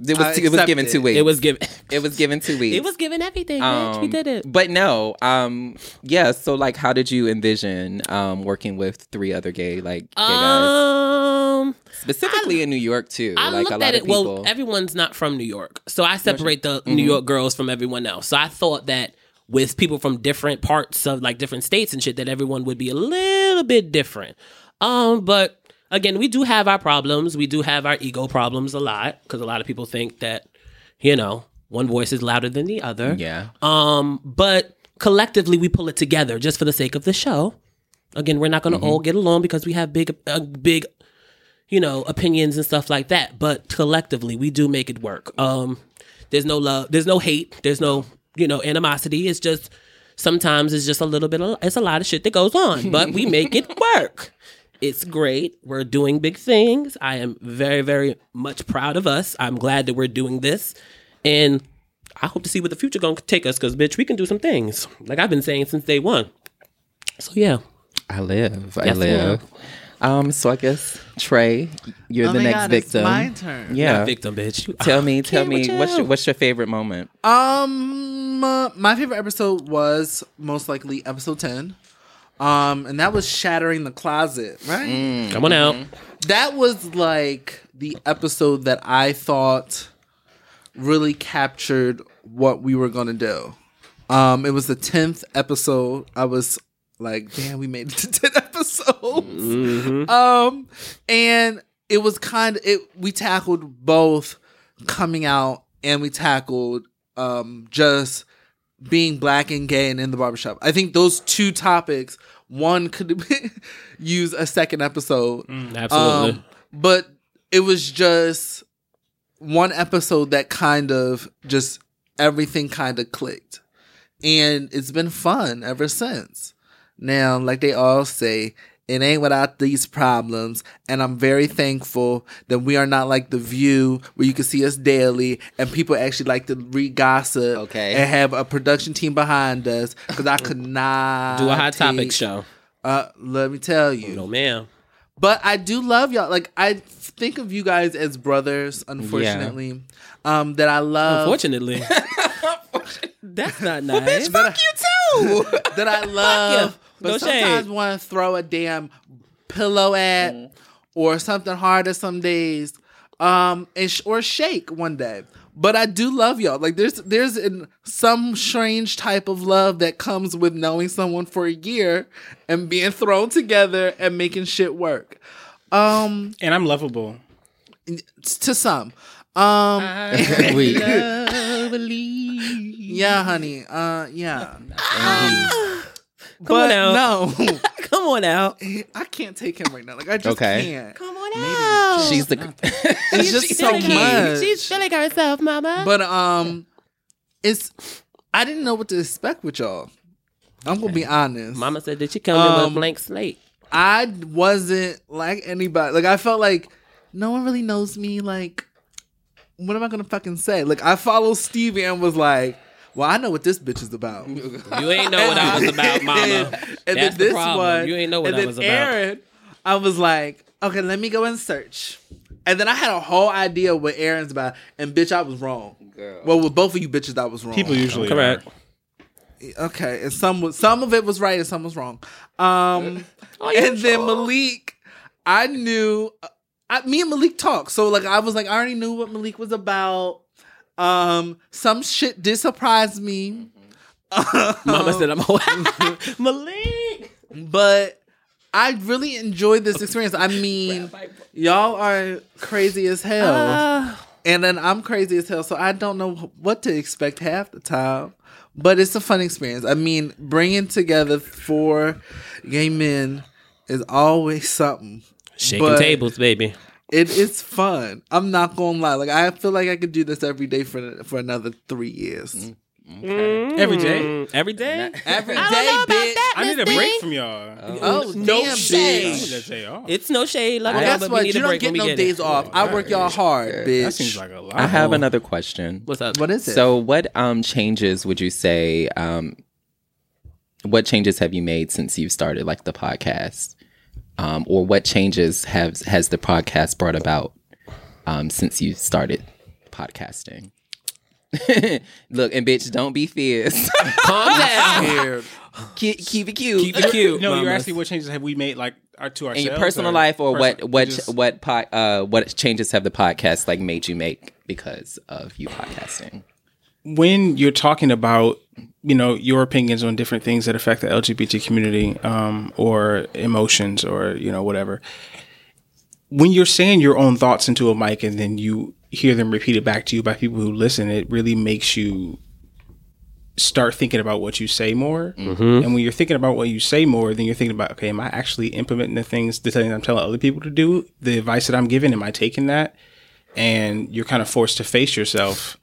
Speaker 4: it
Speaker 6: I
Speaker 4: was it was
Speaker 6: accept
Speaker 4: given
Speaker 6: it.
Speaker 4: two weeks.
Speaker 8: It was given.
Speaker 4: it was given two weeks.
Speaker 8: It was given everything, bitch. We
Speaker 4: Um,
Speaker 8: did it.
Speaker 4: But no, um, yeah. So like, how did you envision um working with three other gay like gay guys,
Speaker 8: Um,
Speaker 4: specifically in New York too?
Speaker 8: I
Speaker 4: like
Speaker 8: looked
Speaker 4: a lot
Speaker 8: at
Speaker 4: of
Speaker 8: it.
Speaker 4: people. Mm-hmm.
Speaker 8: Well, everyone's not from New York, so I separate the New York girls from everyone else. So I thought that with people from different parts of like different states and shit, that everyone would be a little bit different. Um, but again, we do have our problems. We do have our ego problems a lot because a lot of people think that you know one voice is louder than the other.
Speaker 4: yeah.
Speaker 8: Um, but collectively, we pull it together just for the sake of the show. Again, we're not going to all get along because we have big, uh, big, you know, opinions and stuff like that. But collectively, we do make it work. Um, there's no love, there's no hate, there's no you know animosity. It's just sometimes it's just a little bit, of, it's a lot of shit that goes on, but we make it work. It's great. We're doing big things. I am very, very much proud of us. I'm glad that we're doing this, and I hope to see where the future gonna take us, cause bitch, we can do some things. Like I've been saying since day one. So yeah,
Speaker 4: I live. I
Speaker 8: Yes,
Speaker 4: live. Um. So I guess Trey, you're
Speaker 6: oh
Speaker 4: the
Speaker 6: my
Speaker 4: next
Speaker 6: God,
Speaker 4: victim.
Speaker 6: it's my turn.
Speaker 4: Yeah.
Speaker 8: victim, bitch. You-
Speaker 4: Tell me, tell
Speaker 8: Can't
Speaker 4: me,
Speaker 8: with
Speaker 4: what's your,
Speaker 8: you.
Speaker 4: what's your favorite moment?
Speaker 6: Um, uh, my favorite episode was most likely episode ten. Um, and that was shattering the closet, right?
Speaker 8: Come on out.
Speaker 6: That was like the episode that I thought really captured what we were gonna do. Um, it was the tenth episode. I was like, damn, we made it to ten episodes. Um, and it was kind of it. We tackled both coming out, and we tackled um just being black and gay and in the barbershop. I think those two topics. One could use a second episode.
Speaker 8: Mm-hmm. Absolutely.
Speaker 6: Um, but it was just one episode that kind of just everything kind of clicked. And it's been fun ever since. Now, like they all say, it ain't without these problems. And I'm very thankful that we are not like The View, where you can see us daily and people actually like to read gossip
Speaker 4: Okay.
Speaker 6: and have a production team behind us. Because I could not
Speaker 8: do a hot
Speaker 6: Um, take-
Speaker 8: topic show. Oh,
Speaker 6: Uh, let me tell you.
Speaker 8: No ma'am.
Speaker 6: But I do love y'all. Like I think of you guys as brothers, unfortunately. Um, that I love.
Speaker 8: Unfortunately, that's not nice.
Speaker 6: Fuck you too. that I love. But
Speaker 8: No
Speaker 6: sometimes
Speaker 8: shade.
Speaker 6: want to throw a damn pillow at or something harder some days. Um, and sh- or shake one day. But I do love y'all. Like there's there's an, some strange type of love that comes with knowing someone for a year and being thrown together and making shit work. Um.
Speaker 5: And I'm lovable.
Speaker 6: to some. Um,
Speaker 4: we,
Speaker 6: yeah, honey. Uh, yeah.
Speaker 8: Come on out.
Speaker 6: No,
Speaker 8: Come on out.
Speaker 6: I can't take him right now. Like I just
Speaker 4: Okay.
Speaker 6: can't.
Speaker 8: Come on out.
Speaker 4: she's the
Speaker 6: It's just so much.
Speaker 8: She's feeling herself, mama.
Speaker 6: But um, it's I didn't know what to expect with y'all. I'm gonna be honest.
Speaker 8: mama said that she come in with
Speaker 6: Um,
Speaker 8: a blank slate.
Speaker 6: I wasn't like anybody. Like I felt like no one really knows me. Like what am I gonna fucking say? Like I followed Stevie and was like, well, I know what this bitch is about.
Speaker 8: You ain't know what I was about, mama.
Speaker 6: and
Speaker 8: That's
Speaker 6: then
Speaker 8: the
Speaker 6: this
Speaker 8: problem.
Speaker 6: one,
Speaker 8: You ain't know what
Speaker 6: and
Speaker 8: I
Speaker 6: then
Speaker 8: was about.
Speaker 6: Aaron, I was like, okay, let me go and search. And then I had a whole idea what Aaron's about, and bitch, I was wrong. Well, with both of you bitches, I was wrong.
Speaker 4: Oh,
Speaker 5: People usually
Speaker 8: Correct.
Speaker 5: are.
Speaker 6: okay, and some was, some of it was right, and some was wrong. Um, and then Malik, I knew. I, me and Malik talked, so like I was like I already knew what Malik was about. Um, some shit did surprise me. Um,
Speaker 8: Mama said I'm Malik.
Speaker 6: but I really enjoyed this experience. I mean, y'all are crazy as hell,
Speaker 8: Uh.
Speaker 6: and then I'm crazy as hell. So I don't know what to expect half the time. But it's a fun experience. I mean, bringing together four gay men is always something.
Speaker 8: Shaking
Speaker 6: But-
Speaker 8: tables, baby.
Speaker 6: It is fun. I'm not gonna lie. Like I feel like I could do this every day for for another three years.
Speaker 5: Every day.
Speaker 8: Mm. Every day.
Speaker 6: Every day,
Speaker 8: I don't know about
Speaker 6: bitch.
Speaker 8: that.
Speaker 5: I need a
Speaker 8: Miss
Speaker 5: break
Speaker 8: Thing.
Speaker 5: from y'all.
Speaker 6: Oh,
Speaker 8: No
Speaker 6: damn,
Speaker 5: I
Speaker 8: shade.
Speaker 6: bitch.
Speaker 5: need that day off.
Speaker 8: It's no shade. Love
Speaker 6: Well,
Speaker 8: y'all,
Speaker 6: guess
Speaker 8: but
Speaker 6: what?
Speaker 8: we need
Speaker 6: You
Speaker 8: a
Speaker 6: don't
Speaker 8: break
Speaker 6: get
Speaker 8: when we
Speaker 6: no
Speaker 8: get
Speaker 6: days
Speaker 8: it.
Speaker 6: off. I work y'all hard, bitch.
Speaker 5: That seems like a lot.
Speaker 4: I have another question.
Speaker 8: Oh. What's up?
Speaker 6: What is it?
Speaker 4: So, what um, changes would you say? Um, what changes have you made since you've started, like the podcast, um, or what changes have has the podcast brought about um, since you started podcasting? Look and bitch, don't be fierce.
Speaker 8: Calm down.
Speaker 6: Weird.
Speaker 4: keep, keep it cute.
Speaker 8: Keep it cute.
Speaker 5: No, you're
Speaker 8: mamas.
Speaker 5: asking what changes have we made, like our, to ourselves
Speaker 4: in your personal life, or what what what po- uh, what changes have the podcast like made you make because of you podcasting?
Speaker 5: when you're talking about you know your opinions on different things that affect the LGBT community um, or emotions or you know whatever. When you're saying your own thoughts into a mic and then you hear them repeated back to you by people who listen, it really makes you start thinking about what you say more. And when you're thinking about what you say more, then you're thinking about, okay, am I actually implementing the things, the things I'm telling other people to do, the advice that I'm giving, am I taking that? And you're kind of forced to face yourself.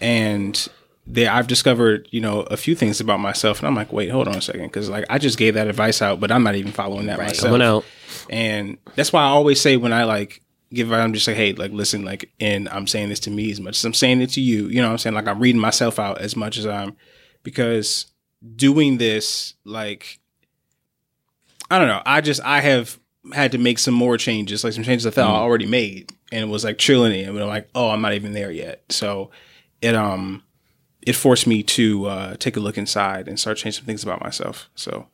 Speaker 5: And there, I've discovered, you know, a few things about myself, and I'm like, wait, hold on a second, because like I just gave that advice out, but I'm not even following that myself.
Speaker 8: Coming out.
Speaker 5: And that's why I always say when I like give I'm just like, hey, like listen, like and I'm saying this to me as much as I'm saying it to you. You know what I'm saying? Like I'm reading myself out as much as I'm because doing this, like I don't know. I just I have had to make some more changes, like some changes I thought I already made and was like chilling it and I'm like, oh, I'm not even there yet. So it um it forced me to uh take a look inside and start changing some things about myself. So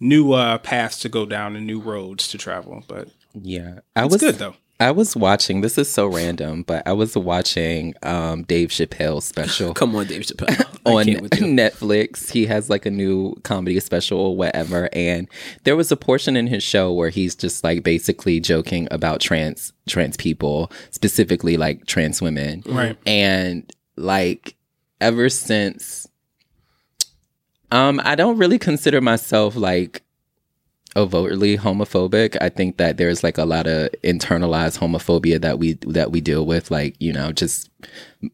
Speaker 5: new uh paths to go down and new roads to travel. But
Speaker 4: Yeah, I
Speaker 5: it's
Speaker 4: was
Speaker 5: good though.
Speaker 4: I was watching. This is so random, but I was watching um, Dave Chappelle's special
Speaker 8: Come on, Dave Chappelle. I
Speaker 4: on
Speaker 8: can't with you.
Speaker 4: Netflix. He has like a new comedy special or whatever, and there was a portion in his show where he's just like basically joking about trans trans people, specifically like trans women,
Speaker 8: Mm-hmm.
Speaker 5: Right.
Speaker 4: and like ever since um i don't really consider myself like overtly homophobic i think that there's like a lot of internalized homophobia that we that we deal with like you know just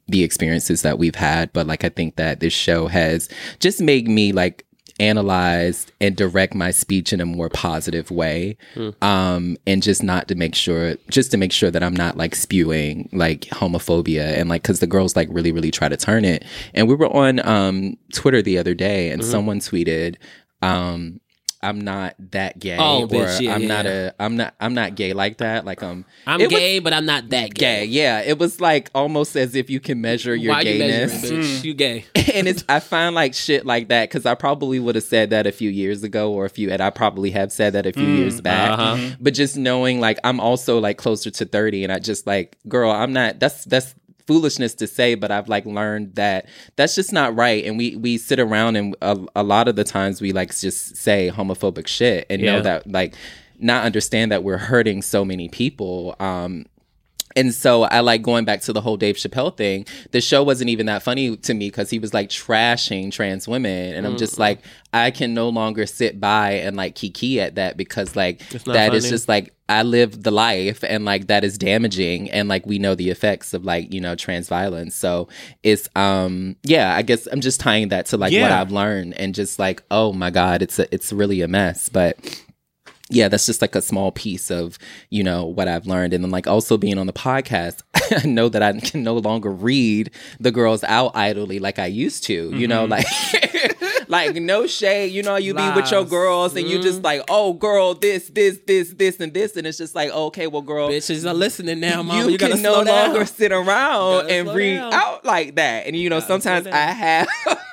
Speaker 4: the experiences that we've had but like i think that this show has just made me like analyze and direct my speech in a more positive way
Speaker 8: Hmm.
Speaker 4: um and just not to make sure just to make sure that i'm not like spewing like homophobia and like because the girls like really really try to turn it and we were on um twitter the other day
Speaker 8: Mm-hmm.
Speaker 4: and someone tweeted um i'm not that gay
Speaker 8: Oh,
Speaker 4: or
Speaker 8: bitch, yeah,
Speaker 4: i'm
Speaker 8: yeah,
Speaker 4: not
Speaker 8: yeah.
Speaker 4: a i'm not i'm not gay like that like um
Speaker 8: I'm
Speaker 4: it was
Speaker 8: gay, but I'm not that
Speaker 4: gay
Speaker 8: gay.
Speaker 4: yeah it was like almost as if you can measure your
Speaker 8: Why
Speaker 4: gayness
Speaker 8: you measuring, bitch?
Speaker 5: Hmm.
Speaker 8: You gay.
Speaker 4: and it's I find like shit like that because I probably would have said that a few years ago or a few, and I probably have said that a few years back. But just knowing like I'm also like closer to thirty, and I just like, girl, I'm not. That's that's foolishness to say, but I've like learned that that's just not right. And we we sit around and a, a lot of the times we like just say homophobic shit and know
Speaker 8: Yeah.
Speaker 4: that like not understand that we're hurting so many people. Um, and so I like going back to the whole Dave Chappelle thing. The show wasn't even that funny to me because he was like trashing trans women. And I'm
Speaker 8: Mm-hmm.
Speaker 4: just like, I can no longer sit by and like kiki at that because like that is
Speaker 8: not funny.
Speaker 4: just like I live the life and like that is damaging. And like we know the effects of like, you know, trans violence. So it's, um, yeah, I guess I'm just tying that to like what
Speaker 5: Yeah.
Speaker 4: I've learned and just like, oh my God, it's a, it's really a mess. But yeah, that's just like a small piece of, you know, what I've learned. And then like also being on the podcast, I know that I can no longer read the girls out idly like I used to, you know, like
Speaker 8: Mm-hmm.
Speaker 4: like no shade, you know, you be with your
Speaker 6: Lies.
Speaker 4: girls and you just like, oh girl, this, this, this, this, and this. And it's just like, okay, well, girl,
Speaker 8: Bitches are listening now, mama.
Speaker 4: Oh. you,
Speaker 8: You, gotta
Speaker 4: can no
Speaker 8: slow down.
Speaker 4: longer sit around
Speaker 8: gotta
Speaker 4: and
Speaker 8: slow
Speaker 4: read
Speaker 8: down.
Speaker 4: out like that. And you know, sometimes
Speaker 8: down.
Speaker 4: I have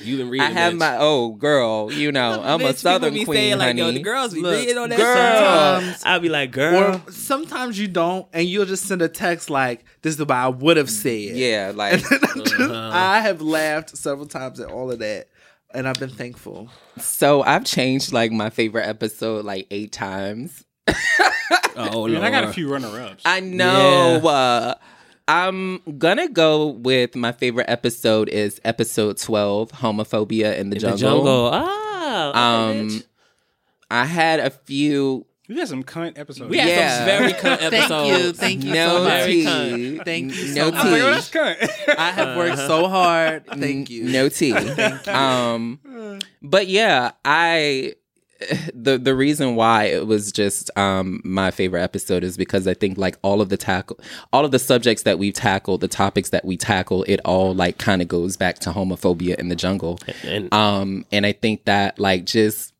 Speaker 8: You been reading?
Speaker 4: I have
Speaker 8: bitch.
Speaker 4: my oh girl, you know, I'm a
Speaker 8: Bitch,
Speaker 4: southern
Speaker 8: people be saying,
Speaker 4: queen.
Speaker 8: like,
Speaker 4: honey.
Speaker 8: Yo, the girls be
Speaker 6: Look,
Speaker 8: reading on that
Speaker 4: girl.
Speaker 8: sometimes. I'll be like, girl.
Speaker 6: Or sometimes you don't, and you'll just send a text like, "This is what I would have said."
Speaker 4: yeah,
Speaker 6: And
Speaker 4: like
Speaker 6: then I'm just-
Speaker 8: Uh-huh.
Speaker 6: I have laughed several times at all of that, and I've been thankful.
Speaker 4: So I've changed like my favorite episode like eight times.
Speaker 8: oh,
Speaker 5: I mean, I got a
Speaker 8: Lord.
Speaker 5: few runner ups.
Speaker 4: I know. Uh, I'm gonna go with my favorite episode is episode twelve, homophobia in the
Speaker 8: in Oh, the jungle.
Speaker 4: jungle.
Speaker 8: Ah,
Speaker 4: Um, I had a few.
Speaker 5: We had some cunt episodes.
Speaker 8: We had
Speaker 4: Yeah.
Speaker 8: some very cunt
Speaker 6: Thank you,
Speaker 8: episodes.
Speaker 6: thank you
Speaker 4: no
Speaker 6: so much.
Speaker 4: tea.
Speaker 8: Very
Speaker 6: Thank you
Speaker 4: No
Speaker 5: I
Speaker 6: so
Speaker 5: was like, oh,
Speaker 4: tea.
Speaker 5: that's cunt.
Speaker 6: I have worked so hard. Thank you.
Speaker 4: No tea. Um, but yeah, I the the reason why it was just um my favorite episode is because I think like all of the tackle all of the subjects that we've tackled, the topics that we tackle, it all like kind of goes back to homophobia in the jungle.
Speaker 8: And
Speaker 4: Um, and I think that like just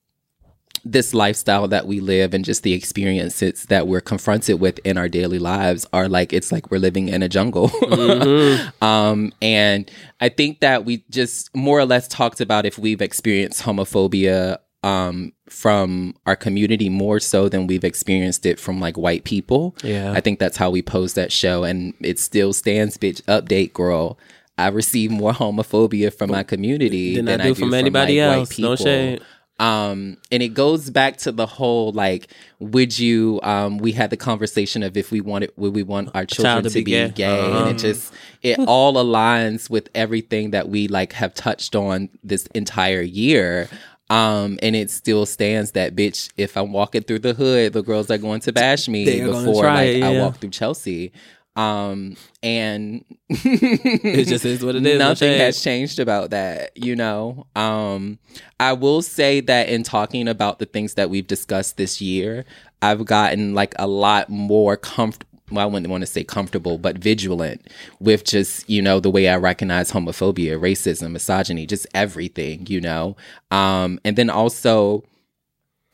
Speaker 4: this lifestyle that we live and just the experiences that we're confronted with in our daily lives are like it's like we're living in a jungle.
Speaker 8: Mm-hmm. mm,
Speaker 4: um, and I think that we just more or less talked about if we've experienced homophobia um from our community more so than we've experienced it from like white people.
Speaker 8: Yeah.
Speaker 4: I think that's how we posed that show and it still stands bitch update girl. I receive more homophobia from my community
Speaker 8: Than
Speaker 4: than,
Speaker 8: I do from anybody
Speaker 4: like, white
Speaker 8: else. No
Speaker 4: people.
Speaker 8: shade.
Speaker 4: Um, and it goes back to the whole like, would you? Um, we had the conversation of if we wanted, would we want our children
Speaker 8: child
Speaker 4: to, be gay?
Speaker 8: Uh-huh.
Speaker 4: And it just, it all aligns with everything that we like have touched on this entire year. Um, and it still stands that bitch. If I'm walking through the hood, the girls are going to bash me
Speaker 8: They are gonna
Speaker 4: before
Speaker 8: try
Speaker 4: like
Speaker 8: it,
Speaker 4: I
Speaker 8: yeah.
Speaker 4: walk through Chelsea. Um, and
Speaker 8: it just is what it is. no
Speaker 4: Nothing
Speaker 8: shade.
Speaker 4: has changed about that, you know. Um, I will say that in talking about the things that we've discussed this year, I've gotten like a lot more comfortable. Well, I wouldn't want to say comfortable, but vigilant with just, you know, the way I recognize homophobia, racism, misogyny, just everything, you know. Um, and then also,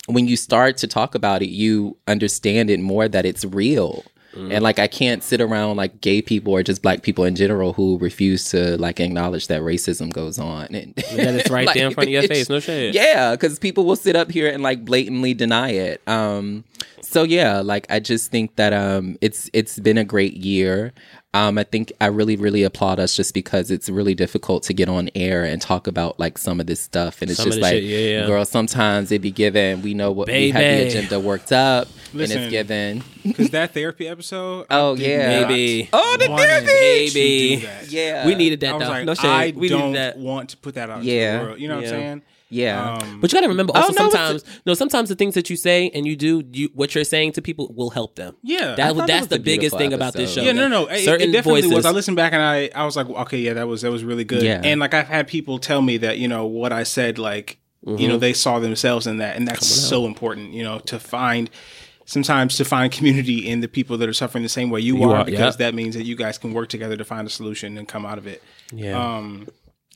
Speaker 4: when you start to talk about it, you understand it more that it's real.
Speaker 8: Mm-hmm.
Speaker 4: And like I can't sit around like gay people or just black people in general who refuse to like acknowledge that racism goes on and
Speaker 8: That it's right there in front of your
Speaker 4: Like,
Speaker 8: face. No shade.
Speaker 4: Yeah, because people will sit up here and like blatantly deny it. Um, so yeah, like I just think that um, it's it's been a great year. Um, I think I really really applaud us just because it's really difficult to get on air and talk about like some of this stuff, and it's
Speaker 8: Some of
Speaker 4: just
Speaker 8: the
Speaker 4: like,
Speaker 8: shit, yeah, yeah.
Speaker 4: girl, sometimes it be given. We know what we have the
Speaker 8: Baby.
Speaker 4: agenda worked up, and
Speaker 5: Listen.
Speaker 4: it's given.
Speaker 5: Because that therapy episode.
Speaker 8: Uh,
Speaker 5: I
Speaker 4: Oh,
Speaker 5: did
Speaker 4: yeah.
Speaker 5: not
Speaker 8: Maybe.
Speaker 4: Oh, the
Speaker 5: want
Speaker 4: therapy!
Speaker 5: to do
Speaker 8: Maybe.
Speaker 5: that.
Speaker 4: Yeah,
Speaker 8: We needed
Speaker 5: I
Speaker 8: that
Speaker 5: was
Speaker 8: though.
Speaker 5: like,
Speaker 8: no shade.
Speaker 5: I
Speaker 8: we
Speaker 5: don't
Speaker 8: needed that.
Speaker 5: want to put that out
Speaker 4: Yeah.
Speaker 5: into the world. You know what
Speaker 8: Yeah.
Speaker 5: I'm saying?
Speaker 4: Yeah,
Speaker 5: Um,
Speaker 8: But you got to remember
Speaker 4: Oh,
Speaker 8: also
Speaker 4: no, it's-
Speaker 8: sometimes no sometimes the things that you say and you do you what you're saying to people will help them.
Speaker 5: yeah.
Speaker 8: That
Speaker 4: thought
Speaker 8: was
Speaker 4: it
Speaker 8: that's
Speaker 4: was a
Speaker 8: the biggest
Speaker 4: beautiful
Speaker 8: thing about this show.
Speaker 4: episode.
Speaker 5: yeah, no,
Speaker 8: that
Speaker 5: no. It, it
Speaker 8: certain
Speaker 5: definitely
Speaker 8: voices.
Speaker 5: was. I listened back and I, I was like, okay, yeah, that was that was really good.
Speaker 4: Yeah.
Speaker 5: And like I've had people tell me that you know what I said, like you
Speaker 8: Mm-hmm.
Speaker 5: know they saw themselves in that, and that's so important. You know, to find sometimes to find community in the people that are suffering the same way you, are,
Speaker 8: are,
Speaker 5: because
Speaker 8: yeah.
Speaker 5: that means that you guys can work together to find a solution and come out of it.
Speaker 8: yeah.
Speaker 5: Um,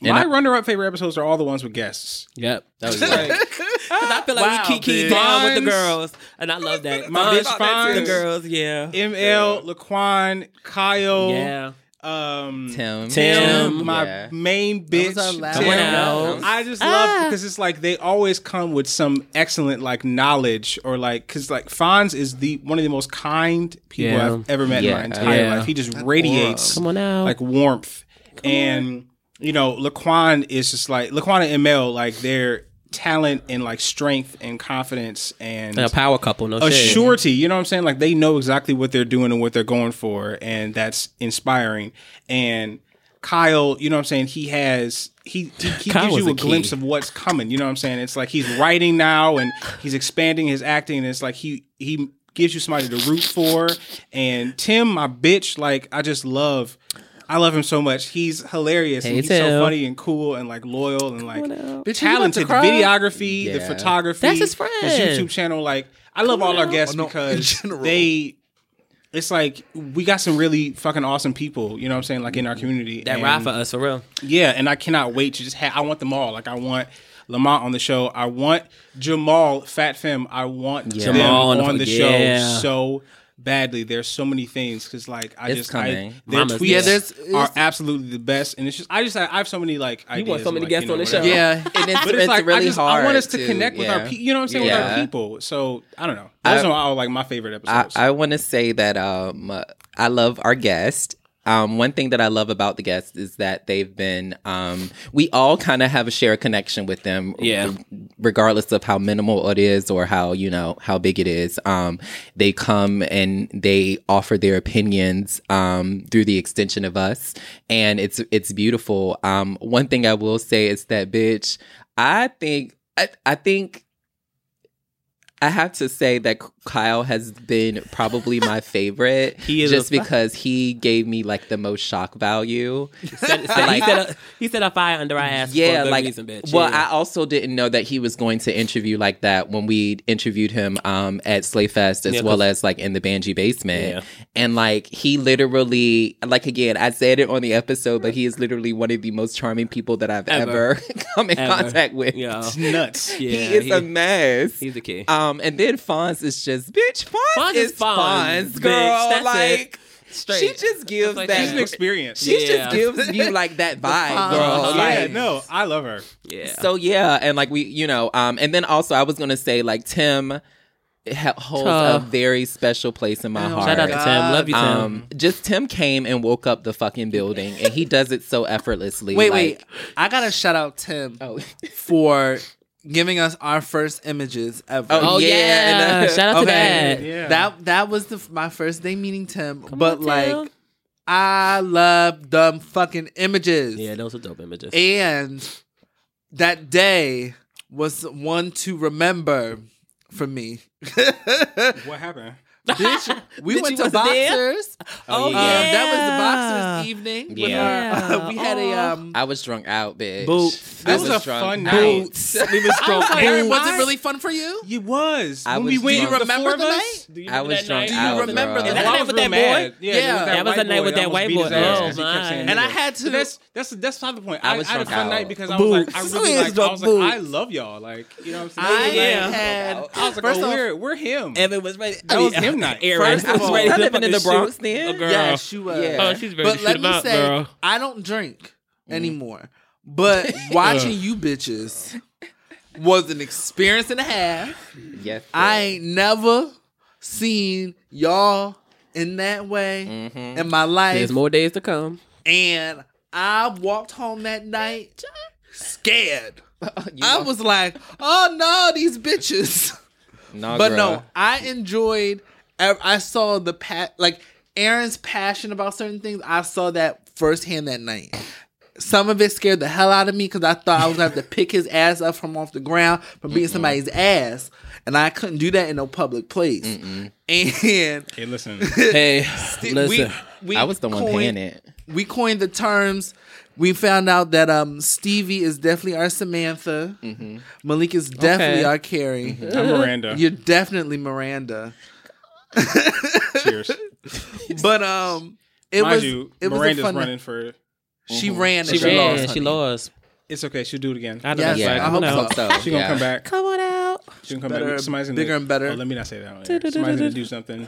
Speaker 5: my runner-up favorite episodes are all the ones with guests.
Speaker 8: Yep. That was
Speaker 5: Like,
Speaker 8: it. 'Cause I feel like
Speaker 6: Wow,
Speaker 8: we keep
Speaker 6: bitch.
Speaker 8: key down with the
Speaker 5: Fonz.
Speaker 8: girls, and I love that.
Speaker 6: Uh,
Speaker 5: My
Speaker 8: Fonz,
Speaker 5: bitch Fonz.
Speaker 8: the girls, yeah,
Speaker 5: ML, Laquan, Kyle,
Speaker 8: yeah.
Speaker 5: um,
Speaker 4: Tim,
Speaker 8: Tim,
Speaker 5: Tim, my
Speaker 4: Yeah.
Speaker 5: main bitch.
Speaker 6: our last
Speaker 5: Tim.
Speaker 8: one out.
Speaker 5: I just love because it's like they always come with some excellent like knowledge or like because like Fonz is the one of the most kind people
Speaker 8: Yeah.
Speaker 5: I've ever met in my
Speaker 4: Yeah.
Speaker 5: entire
Speaker 8: Yeah.
Speaker 5: life. He just radiates
Speaker 8: Come on out.
Speaker 5: like warmth and you know Laquan is just like Laquan and ML like their talent and like strength and confidence and
Speaker 8: Like a power couple, no
Speaker 5: a
Speaker 8: shade.
Speaker 5: surety. You know what I'm saying? Like they know exactly what they're doing and what they're going for, and that's inspiring. And Kyle, you know what I'm saying? He has he he, he
Speaker 8: Kyle
Speaker 5: gives
Speaker 8: was
Speaker 5: you a,
Speaker 8: a key.
Speaker 5: glimpse of what's coming. You know what I'm saying? It's like he's writing now and he's expanding his acting, and it's like he he gives you somebody to root for. And Tim, my bitch, like I just love. I love him so much. He's hilarious. and
Speaker 8: Hey,
Speaker 5: he's
Speaker 8: Tim.
Speaker 5: so funny and cool and like loyal and like
Speaker 6: Bitch, you about to
Speaker 5: talented
Speaker 6: cry?
Speaker 5: videography, the
Speaker 4: Yeah.
Speaker 5: photography.
Speaker 8: That's his friend.
Speaker 5: His YouTube channel. Like, I love all our guests
Speaker 6: no, in
Speaker 5: because
Speaker 6: general.
Speaker 5: they. It's like we got some really fucking awesome people. You know what I'm saying? Like in our community.
Speaker 8: That
Speaker 5: and,
Speaker 8: ride for us for real.
Speaker 5: Yeah, and I cannot wait to just have. I want them all. Like I want. Lamont on the show. I want Jamal Fat Fem. I want them
Speaker 8: Jamal on the-
Speaker 5: on the
Speaker 8: yeah.
Speaker 5: show so badly. There's so many things because like I
Speaker 4: It's
Speaker 5: just
Speaker 4: coming.
Speaker 5: I, their
Speaker 8: Mama's
Speaker 5: tweets
Speaker 8: Yeah,
Speaker 6: there's-
Speaker 5: are
Speaker 6: it's-
Speaker 5: absolutely the best, and it's just I just I, I have so many like ideas.
Speaker 8: You want so
Speaker 5: of,
Speaker 8: many
Speaker 5: like,
Speaker 8: guests
Speaker 5: you know,
Speaker 8: on the
Speaker 5: whatever.
Speaker 8: show.
Speaker 6: Yeah.
Speaker 4: and it's,
Speaker 5: But
Speaker 4: it's,
Speaker 5: it's like
Speaker 4: really
Speaker 5: I just
Speaker 4: hard.
Speaker 5: I want us to
Speaker 4: too.
Speaker 5: connect with our
Speaker 4: Yeah.
Speaker 5: people. You know what I'm saying with
Speaker 4: Yeah.
Speaker 5: our people. So I don't know. Those
Speaker 4: I-
Speaker 5: are all like my favorite episodes.
Speaker 4: I, I want to say that um, I love our guest. Um, one thing that I love about the guests is that they've been, um, we all kind of have a shared connection with them,
Speaker 8: Yeah.
Speaker 4: regardless of how minimal it is or how, you know, how big it is. Um, they come and they offer their opinions, um, through the extension of us. And it's, it's beautiful. Um, one thing I will say is that, bitch, I think, I, I think I have to say that Kyle has been probably my favorite
Speaker 8: He is
Speaker 4: just
Speaker 8: a-
Speaker 4: because he gave me like the most shock value.
Speaker 8: Said- said- he, said a, he said a fire under our ass for a good
Speaker 4: like
Speaker 8: reason, bitch.
Speaker 4: well,
Speaker 8: Yeah.
Speaker 4: I also didn't know that he was going to interview like that when we interviewed him um, at Slayfest as
Speaker 8: Yeah, 'cause-
Speaker 4: well as like in the Banji basement.
Speaker 8: Yeah.
Speaker 4: And like he literally, like again, I said it on the episode, but he is literally one of the most charming people that I've ever,
Speaker 8: Ever.
Speaker 4: come in
Speaker 8: Ever.
Speaker 4: contact with.
Speaker 8: Yo.
Speaker 5: It's nuts.
Speaker 8: yeah,
Speaker 4: he is
Speaker 8: he-
Speaker 4: a mess.
Speaker 8: he's the key.
Speaker 4: Um, and then Fonz is just bitch. Fonz,
Speaker 8: Fonz
Speaker 4: is
Speaker 8: is
Speaker 4: Fonz,
Speaker 8: Fonz, bitch.
Speaker 4: girl.
Speaker 8: That's it.
Speaker 4: like
Speaker 8: Straight.
Speaker 4: she just gives
Speaker 8: like
Speaker 4: that.
Speaker 5: She's an experience.
Speaker 4: she
Speaker 8: Yeah.
Speaker 4: just gives you like that vibe,
Speaker 8: Fonz.
Speaker 4: girl.
Speaker 8: Uh-huh.
Speaker 5: yeah,
Speaker 4: Like,
Speaker 5: no, I love her.
Speaker 8: yeah.
Speaker 4: So yeah, and like we, you know, um, and then also I was gonna say like Tim ha- holds a
Speaker 8: Tough.
Speaker 4: very special place
Speaker 6: Oh
Speaker 4: in my heart.
Speaker 8: Oh, Shout out to Tim. Love you, Tim.
Speaker 4: Um, just Tim came and woke up the fucking building, and he does it so effortlessly.
Speaker 6: Wait,
Speaker 4: like,
Speaker 6: wait. I gotta shout out Tim
Speaker 4: Oh,
Speaker 6: for giving us our first images ever.
Speaker 4: Oh,
Speaker 8: oh yeah.
Speaker 4: yeah, and, uh,
Speaker 8: Shout out
Speaker 6: okay.
Speaker 8: to that.
Speaker 5: Yeah.
Speaker 6: That that was the, my first day meeting Tim, but
Speaker 8: on,
Speaker 6: like
Speaker 8: Tim.
Speaker 6: I love them fucking images.
Speaker 8: Yeah, those are dope images.
Speaker 6: And that day was one to remember for me.
Speaker 5: What happened?
Speaker 6: Bitch, we
Speaker 8: Bitch,
Speaker 6: went
Speaker 8: you
Speaker 6: to
Speaker 8: wasn't there?
Speaker 6: boxers.
Speaker 8: Oh,
Speaker 6: Um,
Speaker 8: yeah.
Speaker 6: That was the boxers evening. with
Speaker 4: Yeah.
Speaker 6: our- we had a um.
Speaker 4: I was drunk out, bitch.
Speaker 8: Boots.
Speaker 4: I
Speaker 5: That was a
Speaker 4: drunk
Speaker 5: fun
Speaker 4: out.
Speaker 5: night.
Speaker 6: We was drunk.
Speaker 8: like,
Speaker 6: Aaron, was
Speaker 8: why?
Speaker 6: it really fun for you?
Speaker 5: It was.
Speaker 4: I
Speaker 5: when
Speaker 4: was
Speaker 5: we went,
Speaker 4: drunk.
Speaker 5: the
Speaker 6: Remember
Speaker 5: four of
Speaker 6: the
Speaker 5: us?
Speaker 6: night?
Speaker 5: Do you
Speaker 4: I
Speaker 8: that
Speaker 4: was
Speaker 8: night?
Speaker 4: drunk
Speaker 8: Do
Speaker 6: you
Speaker 4: out.
Speaker 6: remember
Speaker 4: girl.
Speaker 6: that
Speaker 8: night
Speaker 5: Well, I was
Speaker 8: with that
Speaker 5: real mad.
Speaker 8: boy?
Speaker 5: Yeah,
Speaker 6: Yeah.
Speaker 8: That was
Speaker 5: the
Speaker 8: the night with that white boy. Oh, my.
Speaker 6: And I had to-
Speaker 5: That's that's that's not the point.
Speaker 4: I
Speaker 5: I, I,
Speaker 4: was
Speaker 5: had a
Speaker 4: drunk
Speaker 5: fun
Speaker 4: out.
Speaker 5: night because I
Speaker 6: Boo.
Speaker 5: was like, I really
Speaker 6: Please
Speaker 5: like. I
Speaker 6: don't
Speaker 5: was
Speaker 6: boo.
Speaker 5: like, I love y'all. Like, you know what I'm
Speaker 6: I
Speaker 5: saying?
Speaker 8: Yeah.
Speaker 6: had.
Speaker 5: I was like,
Speaker 6: First
Speaker 5: oh,
Speaker 6: off-
Speaker 5: we're we're him.
Speaker 8: Evan was ready.
Speaker 5: That was him night.
Speaker 8: Aaron
Speaker 5: First
Speaker 4: I
Speaker 5: of
Speaker 4: was
Speaker 5: all-
Speaker 4: ready
Speaker 8: I
Speaker 4: to
Speaker 8: live
Speaker 4: live in
Speaker 8: in
Speaker 4: the
Speaker 8: the
Speaker 4: Bronx
Speaker 8: shoot
Speaker 4: then.
Speaker 8: a girl.
Speaker 6: Yes, you was.
Speaker 4: Yeah.
Speaker 8: Oh, she's ready
Speaker 6: But
Speaker 8: to
Speaker 6: let
Speaker 8: shoot
Speaker 6: me
Speaker 8: him out,
Speaker 6: say,
Speaker 8: girl.
Speaker 6: I don't drink
Speaker 8: Mm-hmm.
Speaker 6: anymore. But watching you bitches was an experience and a half.
Speaker 4: Yes,
Speaker 6: I ain't never seen y'all in that way
Speaker 4: Mm-hmm.
Speaker 8: Mm-hmm.
Speaker 6: in my life.
Speaker 8: There's more days to come.
Speaker 6: and I walked home that night scared. I was like, oh no, these bitches.
Speaker 4: no,
Speaker 6: But
Speaker 4: girl.
Speaker 6: no, I enjoyed. ev- I saw the pat like Aaron's passion about certain things. I saw that firsthand that night. Some of it scared the hell out of me because I thought I was gonna have to pick his ass up from off the ground from being somebody's ass, and I couldn't do that in no public place. And
Speaker 5: Hey, listen.
Speaker 8: Hey,
Speaker 6: th-
Speaker 8: listen.
Speaker 6: we
Speaker 4: I was the one paying
Speaker 6: coined-
Speaker 4: it.
Speaker 6: We coined the terms. We found out that um Stevie is definitely our Samantha.
Speaker 4: Mm-hmm.
Speaker 6: Malik is definitely
Speaker 8: Okay.
Speaker 6: our Carrie.
Speaker 5: I'm Miranda.
Speaker 6: You're definitely Miranda.
Speaker 5: Cheers.
Speaker 6: But um, it
Speaker 5: Mind
Speaker 6: was
Speaker 5: you,
Speaker 6: it was a
Speaker 5: Miranda's
Speaker 6: fun.
Speaker 5: running for.
Speaker 6: She ran. and
Speaker 8: She ran.
Speaker 6: lost,
Speaker 8: she
Speaker 6: honey.
Speaker 8: lost.
Speaker 5: It's okay. She'll do it again.
Speaker 8: I don't
Speaker 6: Yes,
Speaker 8: know.
Speaker 6: I
Speaker 8: Yeah,
Speaker 6: hope so.
Speaker 5: She's gonna
Speaker 4: yeah.
Speaker 5: come back.
Speaker 8: Come on out.
Speaker 5: She's gonna come
Speaker 6: Better,
Speaker 5: back. Somebody's gonna
Speaker 6: bigger and better.
Speaker 5: Oh, let me not say that. On air. Somebody's gonna do something.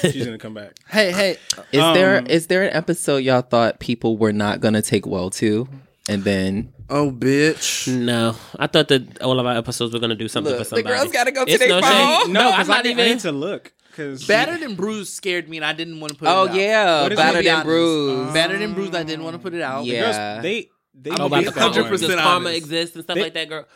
Speaker 5: She's gonna come back.
Speaker 6: Hey, hey,
Speaker 4: Is there
Speaker 5: Um,
Speaker 4: is there an episode y'all thought people were not gonna take well to, and then
Speaker 6: oh bitch!
Speaker 8: No, I thought that all of our episodes were gonna do something for somebody.
Speaker 4: go
Speaker 8: It's no shame. No,
Speaker 5: because
Speaker 8: I'm not
Speaker 5: I need- I
Speaker 8: even.
Speaker 5: need to look. Because
Speaker 6: Battered and bruised scared me, and I didn't want to put.
Speaker 4: Oh
Speaker 6: it out. Uh,
Speaker 4: yeah,
Speaker 5: What is
Speaker 4: battered
Speaker 5: it?
Speaker 4: and bruised.
Speaker 6: Battered and bruised. I didn't want to put it out.
Speaker 4: Yeah.
Speaker 5: girls, they they
Speaker 6: I'm
Speaker 8: Oh, about
Speaker 5: made
Speaker 8: the
Speaker 5: that one.
Speaker 8: karma.
Speaker 6: 100%
Speaker 8: Does karma
Speaker 6: honest.
Speaker 8: exists and stuff like that, girl?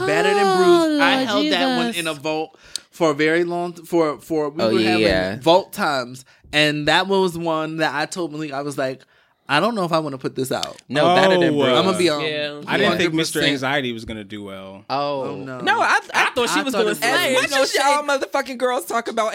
Speaker 6: Battered and bruised. I
Speaker 8: Lord
Speaker 6: held that one
Speaker 8: Jesus.
Speaker 6: in a vault for a very long. For for we
Speaker 4: Oh,
Speaker 6: were
Speaker 4: yeah,
Speaker 6: having
Speaker 4: yeah.
Speaker 6: vault times, and that was one that I told Malik. I was like, I don't know if I want to put this out.
Speaker 4: No,
Speaker 5: Oh,
Speaker 4: battered and
Speaker 5: uh,
Speaker 4: bruised.
Speaker 6: I'm gonna be on.
Speaker 8: yeah.
Speaker 5: I didn't think Mr.
Speaker 6: 100%.
Speaker 5: Anxiety was gonna do well.
Speaker 4: Oh,
Speaker 6: no.
Speaker 4: no! I, I,
Speaker 8: I thought she
Speaker 6: I
Speaker 8: was
Speaker 6: thought
Speaker 8: gonna
Speaker 6: it was-
Speaker 8: slay.
Speaker 4: as
Speaker 8: It's
Speaker 4: much
Speaker 8: no
Speaker 4: as y'all motherfucking girls talk about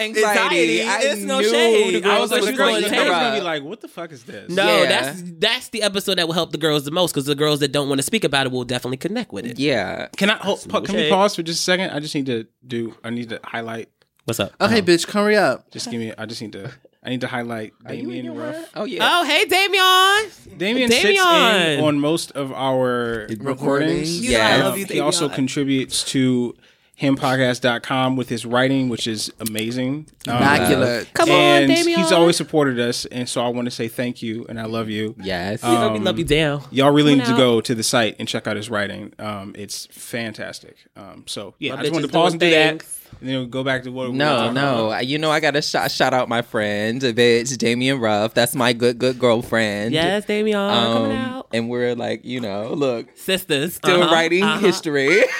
Speaker 8: Anxiety,
Speaker 4: anxiety, I
Speaker 8: it's
Speaker 4: knew
Speaker 8: no shade.
Speaker 4: the
Speaker 8: I
Speaker 4: girls
Speaker 8: was like,
Speaker 4: was
Speaker 8: you
Speaker 4: going
Speaker 8: gonna
Speaker 4: to
Speaker 8: take
Speaker 5: I
Speaker 8: it.
Speaker 5: was
Speaker 4: interrupt.
Speaker 5: gonna be like, what the fuck is this?
Speaker 8: No,
Speaker 4: Yeah.
Speaker 8: that's that's the episode that will help the girls the most because the girls that don't want to speak about it will definitely connect with it.
Speaker 4: yeah,
Speaker 5: Can I hold, pa- can we
Speaker 8: shade.
Speaker 5: pause for just a second? I just need to do. I need to highlight.
Speaker 8: What's up?
Speaker 6: Okay, bitch, hurry up.
Speaker 5: Just give me. I just need to. I need to highlight Damien Ruff.
Speaker 4: oh yeah.
Speaker 8: Oh, hey, Damion.
Speaker 5: Damien sits in
Speaker 8: Damien!
Speaker 5: on most of our recordings.
Speaker 4: You know I love
Speaker 5: Um,
Speaker 4: you,
Speaker 5: he also contributes to himpodcast.com with his writing, which is amazing. Um,
Speaker 6: Inoculate.
Speaker 8: Come
Speaker 5: and
Speaker 8: on, Damion.
Speaker 5: he's always supported us, and so I want to say thank you and I love you.
Speaker 4: Yes.
Speaker 8: We love you, love you down.
Speaker 5: Y'all really need to
Speaker 8: out.
Speaker 5: go to the site and check out his writing. Um, it's fantastic. Um, so yeah,
Speaker 8: My
Speaker 5: I just
Speaker 8: bitch
Speaker 5: wanted
Speaker 8: is
Speaker 5: to pause and do
Speaker 8: doing
Speaker 5: that, and
Speaker 8: things.
Speaker 5: then we'll go back to what. we were
Speaker 4: No,
Speaker 5: talking
Speaker 4: no.
Speaker 5: about.
Speaker 4: I- You know, I got to shout, shout out my friend, bitch, Damien Ruff. That's my good, good girlfriend.
Speaker 8: Yes, Damion,
Speaker 4: Um,
Speaker 8: coming out.
Speaker 4: and we're like, you know, look,
Speaker 8: Sisters
Speaker 4: still
Speaker 8: uh-huh,
Speaker 4: writing
Speaker 8: uh-huh.
Speaker 4: history.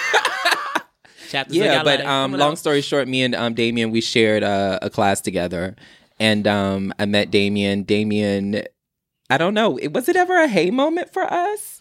Speaker 8: Chapters of
Speaker 4: yeah,
Speaker 8: your
Speaker 4: but
Speaker 8: life.
Speaker 4: um,
Speaker 8: Coming
Speaker 4: long
Speaker 8: out.
Speaker 4: story short, me and um, Damien, we shared uh, a class together. And um, I met Damien. Damien, I don't know, it, was it ever a hey moment for us?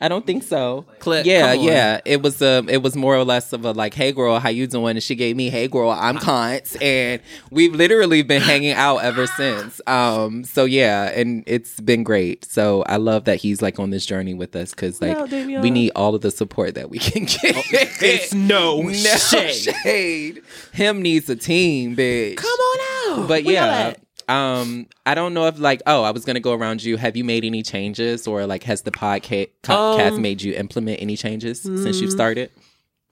Speaker 4: I don't think so.
Speaker 8: Click,
Speaker 4: Yeah,
Speaker 8: come on.
Speaker 4: yeah. It was um it was more or less of a like, hey girl, how you doing? And she gave me, hey girl, I'm Kant. And we've literally been hanging out ever since. Um, so yeah, and it's been great. So I love that he's like on this journey with us because like we need all of the support that we can get.
Speaker 8: Oh,
Speaker 5: It's no,
Speaker 4: no
Speaker 5: shade.
Speaker 4: shade. Oh, Him needs a team, bitch. Come
Speaker 8: on out.
Speaker 4: But
Speaker 8: Where y'all
Speaker 4: yeah.
Speaker 8: at?
Speaker 4: Um, I don't know if like, oh, I was gonna go around you. Have you made any changes, or like, has the podcast
Speaker 8: Um, mm.
Speaker 4: made you implement any changes since you've started?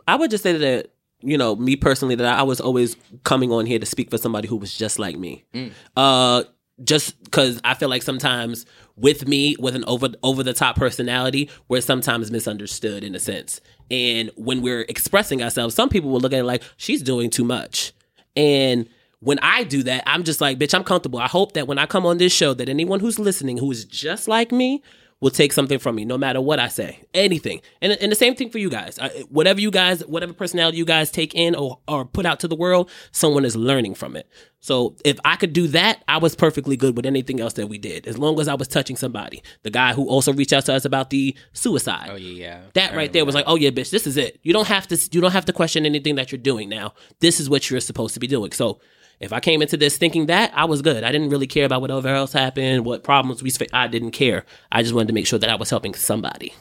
Speaker 8: I would just say that you know me personally that I was always coming on here to speak for somebody who was just like me.
Speaker 4: Mm.
Speaker 8: Uh, just because I feel like sometimes with me with an over over the top personality, we're sometimes misunderstood in a sense. And when we're expressing ourselves, some people will look at it like she's doing too much. And when I do that, I'm just like, bitch, I'm comfortable. I hope that when I come on this show, that anyone who's listening who is just like me will take something from me, no matter what I say, anything. And, and the same thing for you guys. I, whatever you guys, whatever personality you guys take in or, or put out to the world, someone is learning from it. So if I could do that, I was perfectly good with anything else that we did, as long as I was touching somebody. The guy who also reached out to us about the suicide.
Speaker 4: Oh yeah,
Speaker 8: That right there was like, oh yeah, bitch, this is it. You don't have to. You don't have to question anything that you're doing now. This is what you're supposed to be doing. So, if I came into this thinking that, I was good. I didn't really care about whatever else happened, what problems we. Sp- I didn't care. I just wanted to make sure that I was helping somebody.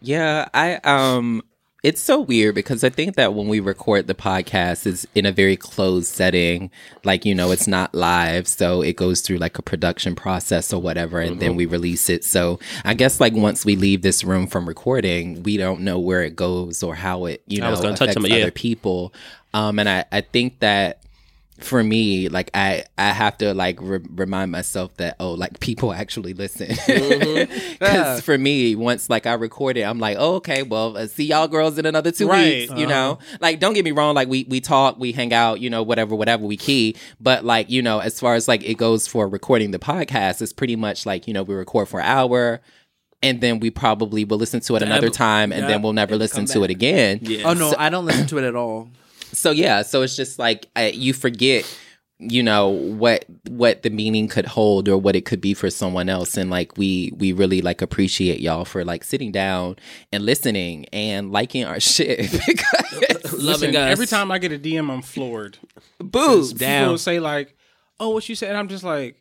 Speaker 4: yeah. I um, it's so weird because I think that when we record the podcast, it's in a very closed setting. Like you know, it's not live, so it goes through like a production process or whatever, and
Speaker 8: Mm-hmm.
Speaker 4: then we release it. So I guess like once we leave this room from recording, we don't know where it goes or how it you know
Speaker 8: I was gonna touch
Speaker 4: affects
Speaker 8: on it, yeah.
Speaker 4: other people. Um, and I I think that for me like i i have to like re- remind myself that oh like people actually listen because for me once like i record it i'm like oh, okay well uh, see y'all girls in another two
Speaker 5: Right.
Speaker 4: weeks you know like don't get me wrong like we we talk we hang out you know whatever whatever we key but like you know as far as like it goes for recording the podcast it's pretty much like you know we record for an hour and then we probably will listen to it another time and then we'll never listen to it again
Speaker 6: Oh no, I don't listen to it at all.
Speaker 4: so yeah so it's just like uh, you forget you know what what the meaning could hold or what it could be for someone else and like we we really like appreciate y'all for like sitting down and listening and liking our shit because
Speaker 8: Loving
Speaker 5: Listen,
Speaker 8: us.
Speaker 5: Every time I get a DM, I'm floored.
Speaker 4: boo
Speaker 5: People will say like, "Oh, what you said?" And I'm just like,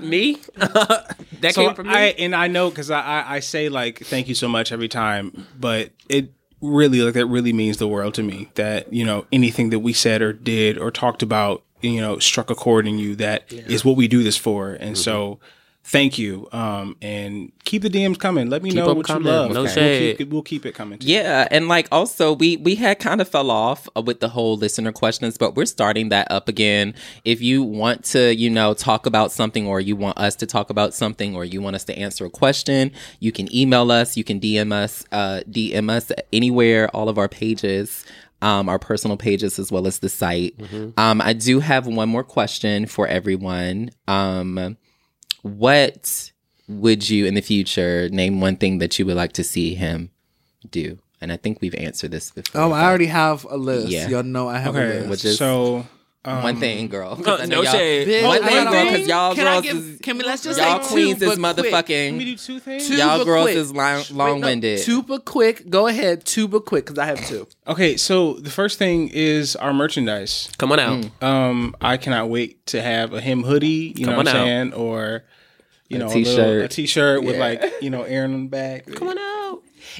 Speaker 8: Me? that
Speaker 5: so
Speaker 8: came from me.
Speaker 5: I and I know because I, I I say like thank you so much every time, but it really like that really means the world to me that you know anything that we said or did or talked about you know struck a chord in you that is what we do this for, and so
Speaker 8: Mm-hmm.
Speaker 5: thank you um and keep the DMs coming. Let me know
Speaker 8: them
Speaker 5: what
Speaker 8: coming.
Speaker 5: you love.
Speaker 8: No
Speaker 5: We'll
Speaker 8: shade.
Speaker 5: keep- We'll keep it coming. to you.
Speaker 4: yeah and like also we we had kind of fell off uh, with the whole listener questions but we're starting that up again if you want to you know talk about something or you want us to talk about something or you want us to answer a question you can email us you can dm us uh, dm us anywhere all of our pages um, our personal pages as well as the site um, i do have one more question for everyone um, what would you in the future name one thing that you would like to see him do? And I think we've answered this before.
Speaker 6: Oh, I
Speaker 4: but
Speaker 6: already have a list.
Speaker 4: Yeah.
Speaker 6: Y'all know I have a
Speaker 5: Okay,
Speaker 6: list.
Speaker 4: Which is-
Speaker 5: so um,
Speaker 4: one thing, girl. 'cause I know
Speaker 8: no
Speaker 4: y'all-
Speaker 8: shade.
Speaker 6: Bitch,
Speaker 4: One
Speaker 6: I
Speaker 4: thing,
Speaker 6: got
Speaker 4: girl,
Speaker 6: a-
Speaker 4: because y'all
Speaker 6: Can I
Speaker 4: girls
Speaker 6: give-
Speaker 4: is
Speaker 6: can we let's just
Speaker 4: y'all
Speaker 6: say two,
Speaker 4: queens is
Speaker 6: but quick.
Speaker 5: Can we
Speaker 4: motherfucking.
Speaker 5: do two things?
Speaker 6: Two
Speaker 4: Y'all
Speaker 6: but
Speaker 4: girls
Speaker 6: quick.
Speaker 4: is long,
Speaker 6: Wait, no,
Speaker 4: long-winded.
Speaker 6: Two but quick. Go ahead. Two but quick because I have two.
Speaker 5: Okay, so the first thing is our merchandise.
Speaker 8: Come on out.
Speaker 5: Um, I cannot wait to have a him hoodie. You know
Speaker 8: Come
Speaker 5: what I'm
Speaker 8: on
Speaker 5: saying? Or you
Speaker 4: A
Speaker 5: know, a
Speaker 4: t-shirt.
Speaker 5: little, a t-shirt with like you know Aaron on the back. Come on out.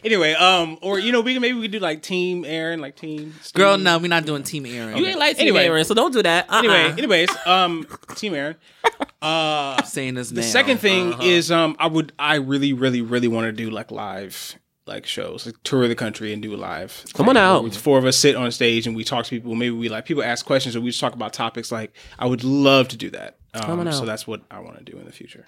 Speaker 5: Anyway, um, or you know, we can maybe we could do like team Aaron, like team Steve.
Speaker 6: Girl, no, we're not doing Team Aaron.
Speaker 8: You ain't like anyway,
Speaker 5: Anyway.
Speaker 8: Aaron, so don't do that. Uh-uh.
Speaker 5: Anyway, anyways, um, team Aaron. Uh,
Speaker 6: saying this
Speaker 5: the
Speaker 6: now.
Speaker 5: second thing
Speaker 8: Uh-huh.
Speaker 5: is, um, I would, I really, really, really want to do like live like shows, like tour the country and do live.
Speaker 8: Come on
Speaker 5: Like,
Speaker 8: out.
Speaker 5: where The four of us sit on stage and we talk to people. Maybe we like people ask questions or we just talk about topics. Like I would love to do that. Um,
Speaker 8: on out.
Speaker 5: So that's what I want to do in the future.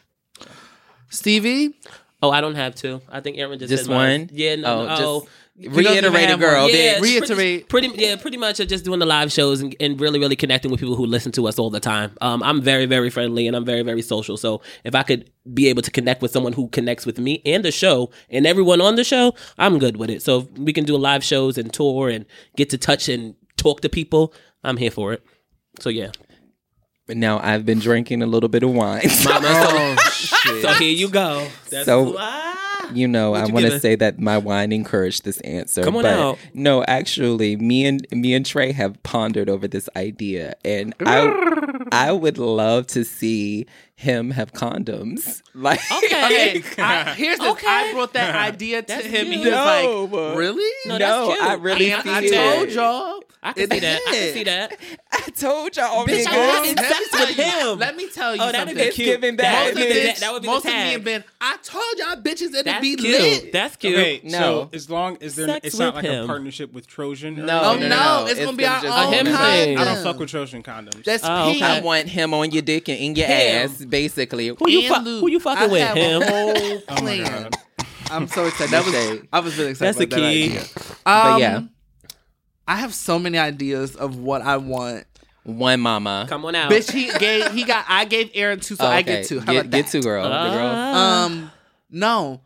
Speaker 6: Stevie,
Speaker 8: oh, I don't have two. I think Aaron just
Speaker 4: Just
Speaker 8: said mine.
Speaker 4: one?
Speaker 8: Yeah, no,
Speaker 4: Oh,
Speaker 8: no,
Speaker 4: just-
Speaker 8: oh.
Speaker 4: Reiterate it,
Speaker 6: have
Speaker 4: girl.
Speaker 6: one.
Speaker 4: bitch.
Speaker 8: yeah, it's
Speaker 6: Reiterate.
Speaker 8: Pretty, pretty, yeah, pretty much just doing the live shows and, and really, really connecting with people who listen to us all the time. Um, I'm very, very friendly and I'm very, very social. So if I could be able to connect with someone who connects with me and the show and everyone on the show, I'm good with it. So if we can do live shows and tour and get to touch and talk to people, I'm here for it. So yeah,
Speaker 4: Now I've Oh, been drinking a little bit of wine.
Speaker 8: mama. so, so here you go. That's
Speaker 4: So-
Speaker 8: why.
Speaker 4: you know,
Speaker 8: What
Speaker 4: I
Speaker 8: you
Speaker 4: want to
Speaker 8: giving?
Speaker 4: say that my wine encouraged this answer.
Speaker 8: Come on
Speaker 4: but
Speaker 8: out.
Speaker 4: No, actually, me and me and Trey have pondered over this idea, and I I would love to see him have condoms. Like,
Speaker 8: Okay.
Speaker 6: I, here's this.
Speaker 8: Okay.
Speaker 6: I brought that idea to
Speaker 8: That's
Speaker 6: him. and He was
Speaker 8: cute.
Speaker 4: No.
Speaker 6: like, "Really?
Speaker 8: No, that's
Speaker 4: no,
Speaker 8: cute.
Speaker 4: I really
Speaker 8: I-
Speaker 4: feel
Speaker 6: I told
Speaker 4: it.
Speaker 6: y'all.
Speaker 8: I can
Speaker 6: It
Speaker 8: see that. I can
Speaker 6: is.
Speaker 8: see that.
Speaker 4: I told y'all, oh
Speaker 8: Bitch, I
Speaker 4: niggas.
Speaker 8: was in
Speaker 6: Let me
Speaker 8: sex
Speaker 6: tell
Speaker 8: with
Speaker 6: you-
Speaker 8: him.
Speaker 6: Let me tell you
Speaker 8: Oh, that'd
Speaker 6: something.
Speaker 8: be
Speaker 4: It's
Speaker 8: cute.
Speaker 4: giving
Speaker 8: That
Speaker 4: back.
Speaker 8: would be the,
Speaker 6: bitch-
Speaker 8: that would be
Speaker 6: most
Speaker 8: the
Speaker 6: of me
Speaker 8: tag.
Speaker 6: and Ben, I told y'all bitches it'd
Speaker 8: That's
Speaker 6: be
Speaker 8: cute.
Speaker 6: lit.
Speaker 8: That's cute.
Speaker 5: Okay,
Speaker 4: No.
Speaker 5: so as long as they're,
Speaker 8: Sex
Speaker 5: it's not
Speaker 8: with
Speaker 5: like
Speaker 8: him.
Speaker 5: a partnership with Trojan. or
Speaker 4: No,
Speaker 6: Oh
Speaker 5: anything.
Speaker 6: no,
Speaker 4: no,
Speaker 6: it's,
Speaker 4: it's
Speaker 6: gonna be
Speaker 4: gonna
Speaker 6: our
Speaker 4: just
Speaker 6: own
Speaker 8: be him
Speaker 6: kind.
Speaker 8: thing.
Speaker 5: I don't fuck with Trojan condoms.
Speaker 6: That's
Speaker 8: Oh, okay.
Speaker 4: I
Speaker 6: peanut.
Speaker 4: want him on your dick and in your
Speaker 8: Him.
Speaker 4: ass, basically.
Speaker 8: Who you,
Speaker 6: And
Speaker 8: fuck?
Speaker 6: Luke.
Speaker 8: who you fucking
Speaker 6: I
Speaker 8: with?
Speaker 6: have
Speaker 8: Him?
Speaker 6: A whole
Speaker 5: oh my
Speaker 6: plan.
Speaker 5: god.
Speaker 6: I'm so excited. That was
Speaker 4: Shade.
Speaker 6: I was really excited.
Speaker 8: That's the
Speaker 6: about that
Speaker 8: key.
Speaker 6: idea. Um,
Speaker 4: But yeah.
Speaker 6: I have so many ideas of what I want.
Speaker 4: One mama.
Speaker 8: Come on out.
Speaker 6: Bitch, he gave he got I gave Aaron two, so I get two. How
Speaker 4: Oh, get,
Speaker 6: about
Speaker 4: get
Speaker 6: that?
Speaker 4: two, girl. The girl.
Speaker 8: Ah.
Speaker 6: Um, no,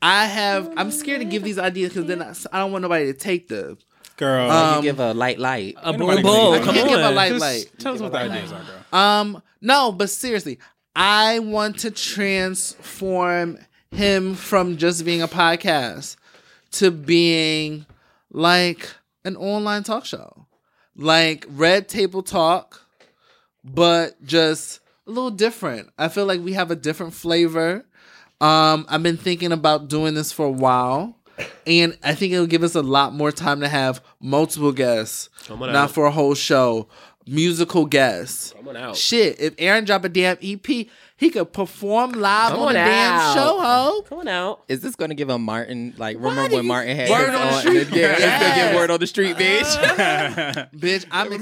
Speaker 6: I have. I'm scared to give these ideas because then I, I don't want nobody to take them.
Speaker 5: Girl.
Speaker 6: Um,
Speaker 4: you give a light, light.
Speaker 8: a Uh, boom
Speaker 5: Anybody
Speaker 8: boom.
Speaker 5: can
Speaker 8: Uh, Come
Speaker 6: give a
Speaker 8: on.
Speaker 6: light-
Speaker 5: Just
Speaker 6: light.
Speaker 5: Tell us what the ideas are, girl.
Speaker 6: Um, no, but seriously, I want to transform him from just being a podcast to being like an online talk show, like Red Table Talk, but just a little different. I feel like we have a different flavor. Um, I've been thinking about doing this for a while. And I think it'll give us a lot more time to have multiple guests,
Speaker 8: on
Speaker 6: not
Speaker 8: out.
Speaker 6: for a whole show, musical guests.
Speaker 8: Come on out.
Speaker 6: Shit, if Aaron drop a damn EP, he could perform live
Speaker 8: Come
Speaker 6: on
Speaker 8: on
Speaker 6: the damn
Speaker 8: out.
Speaker 6: show, ho.
Speaker 8: Come on out.
Speaker 4: Is this going to give a Martin? Like, remember when Martin had
Speaker 6: Word
Speaker 4: his
Speaker 6: on the
Speaker 4: on-
Speaker 6: street.
Speaker 4: Yeah, it's going to
Speaker 6: Yes.
Speaker 4: get word on the street, bitch.
Speaker 6: Bitch, I'm
Speaker 4: Reminds me of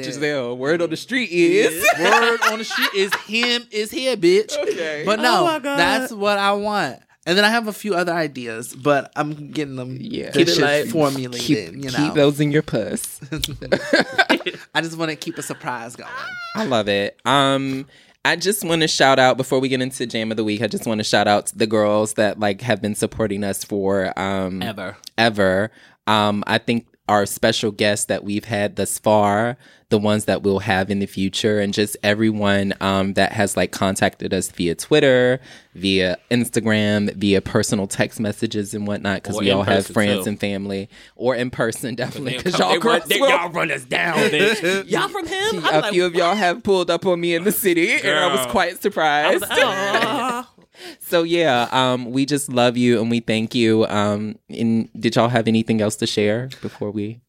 Speaker 6: excited.
Speaker 4: Giselle. Word on the street is.
Speaker 6: Word on the street is him is here, bitch.
Speaker 4: Okay.
Speaker 6: But no,
Speaker 8: Oh my God.
Speaker 6: that's what I want. And then I have a few other ideas, but I'm getting them yeah.
Speaker 4: Yeah. Keep
Speaker 6: good
Speaker 4: it
Speaker 6: shit
Speaker 8: light.
Speaker 6: formulated.
Speaker 4: Keep,
Speaker 6: you know,
Speaker 4: keep those in your puss.
Speaker 6: I just want to keep a surprise going.
Speaker 4: I love it. Um, I just want to shout out before we get into Jam of the Week. I just want to shout out to the girls that like have been supporting us for um
Speaker 8: Ever.
Speaker 4: ever. Um, I think our special guests that we've had thus far, the ones that we'll have in the future, and just everyone um, that has like contacted us via Twitter, via Instagram, via personal text messages and whatnot, because
Speaker 8: Or
Speaker 4: we
Speaker 8: in
Speaker 4: all have
Speaker 8: person,
Speaker 4: friends
Speaker 8: too.
Speaker 4: and family, or in person definitely, because
Speaker 8: They
Speaker 4: y'all
Speaker 8: run,
Speaker 4: girls
Speaker 8: they,
Speaker 4: will-
Speaker 8: y'all run us down, bitch. y'all from him?
Speaker 4: a few of y'all have pulled up on me in the city, and I was
Speaker 5: Girl.
Speaker 4: quite surprised.
Speaker 8: y'all.
Speaker 4: so yeah, um, we just love you and we thank you. Um, and did y'all have anything else to share before we?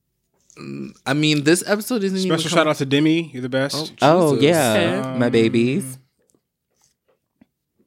Speaker 6: I mean, this episode isn't even
Speaker 5: Special shout out to Demi. You're the best.
Speaker 4: Oh
Speaker 6: Jesus.
Speaker 4: yeah,
Speaker 5: Okay.
Speaker 4: my babies.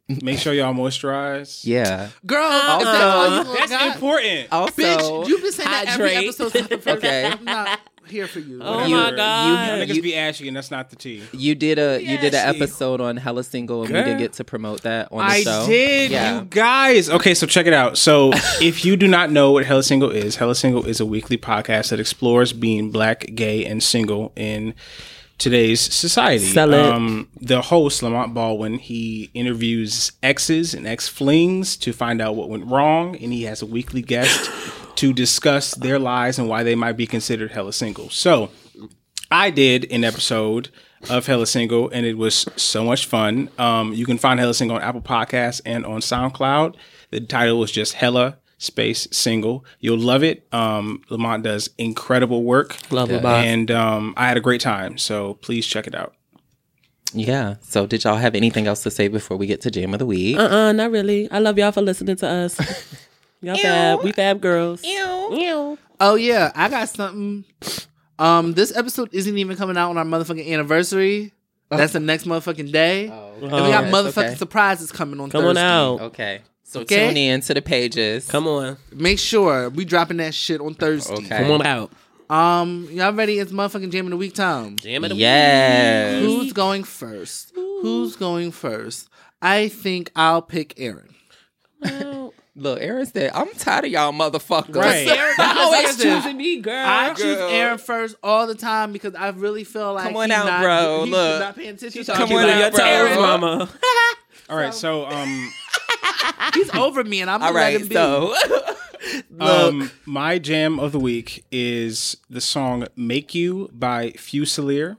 Speaker 5: Um, Make sure y'all moisturize.
Speaker 4: Yeah. Oh
Speaker 6: girl. is that all you
Speaker 5: That's
Speaker 6: got?
Speaker 5: important.
Speaker 4: Also,
Speaker 6: Bitch, you've been saying
Speaker 8: hydrate.
Speaker 6: that every episode.
Speaker 4: Okay.
Speaker 6: I'm not here for you.
Speaker 8: Oh
Speaker 4: You-
Speaker 8: my
Speaker 5: you-
Speaker 8: god.
Speaker 5: Y'all niggas
Speaker 4: You-
Speaker 5: be ashy, and that's not the tea.
Speaker 4: you did a you did an
Speaker 8: Yes, you-
Speaker 4: episode on Hella Single, and we
Speaker 5: Girl.
Speaker 4: didn't get to promote that on the
Speaker 5: I
Speaker 4: show.
Speaker 5: did,
Speaker 4: Yeah.
Speaker 5: you guys. Okay, so check it out. So, if you do not know what Hella Single is, Hella Single is a weekly podcast that explores being black, gay, and single in today's society.
Speaker 8: Sell it.
Speaker 5: Um, the host, Lamont Baldwin, he interviews exes and ex flings to find out what went wrong, and he has a weekly guest to discuss their lives and why they might be considered Hella Single. So, I did an episode of Hella Single, and it was so much fun. Um, you can find Hella Single on Apple Podcasts and on SoundCloud. The title was just Hella Space Single. You'll love it. Um, Lamont does incredible work,
Speaker 8: Love Lamont.
Speaker 5: and um, I had a great time. So please check it out.
Speaker 4: Yeah. So did y'all have anything else to say before we get to Jam of the Week?
Speaker 8: Uh uh not really. I love y'all for listening to us. Y'all fab. We fab girls.
Speaker 6: Oh yeah, I got something. Um, this episode isn't even coming out on our motherfucking anniversary. That's the next motherfucking day. and we got
Speaker 4: Oh,
Speaker 6: motherfucking
Speaker 4: okay.
Speaker 6: surprises coming on
Speaker 8: Come on
Speaker 6: Thursday.
Speaker 8: out.
Speaker 4: Okay. So
Speaker 6: Okay.
Speaker 4: tune in to the pages.
Speaker 8: Oh. Come on.
Speaker 6: Make sure we dropping that shit on Thursday.
Speaker 4: Okay.
Speaker 8: Come on out.
Speaker 6: Um, y'all ready? It's motherfucking jam of the week time.
Speaker 8: Jam it
Speaker 4: Yes.
Speaker 6: Who's going first? Who's going first? I think I'll pick Aaron.
Speaker 4: Look, Aaron said, "I'm tired of y'all motherfuckers."
Speaker 6: Aaron, always
Speaker 8: choosing me, girl.
Speaker 6: I choose
Speaker 4: girl.
Speaker 6: Aaron first all the time because I really feel like
Speaker 4: Come on
Speaker 6: he
Speaker 4: out,
Speaker 6: not,
Speaker 4: bro.
Speaker 6: He's
Speaker 4: Look.
Speaker 6: not paying attention.
Speaker 4: Come
Speaker 8: Keep
Speaker 4: on
Speaker 8: on
Speaker 4: out,
Speaker 8: your
Speaker 4: bro.
Speaker 8: toes, mama.
Speaker 5: All right, so um,
Speaker 6: He's over me, and I'm
Speaker 4: All
Speaker 6: gonna let
Speaker 4: right.
Speaker 6: him be.
Speaker 4: So
Speaker 5: um, my jam of the week is the song "Make You" by Fusilier.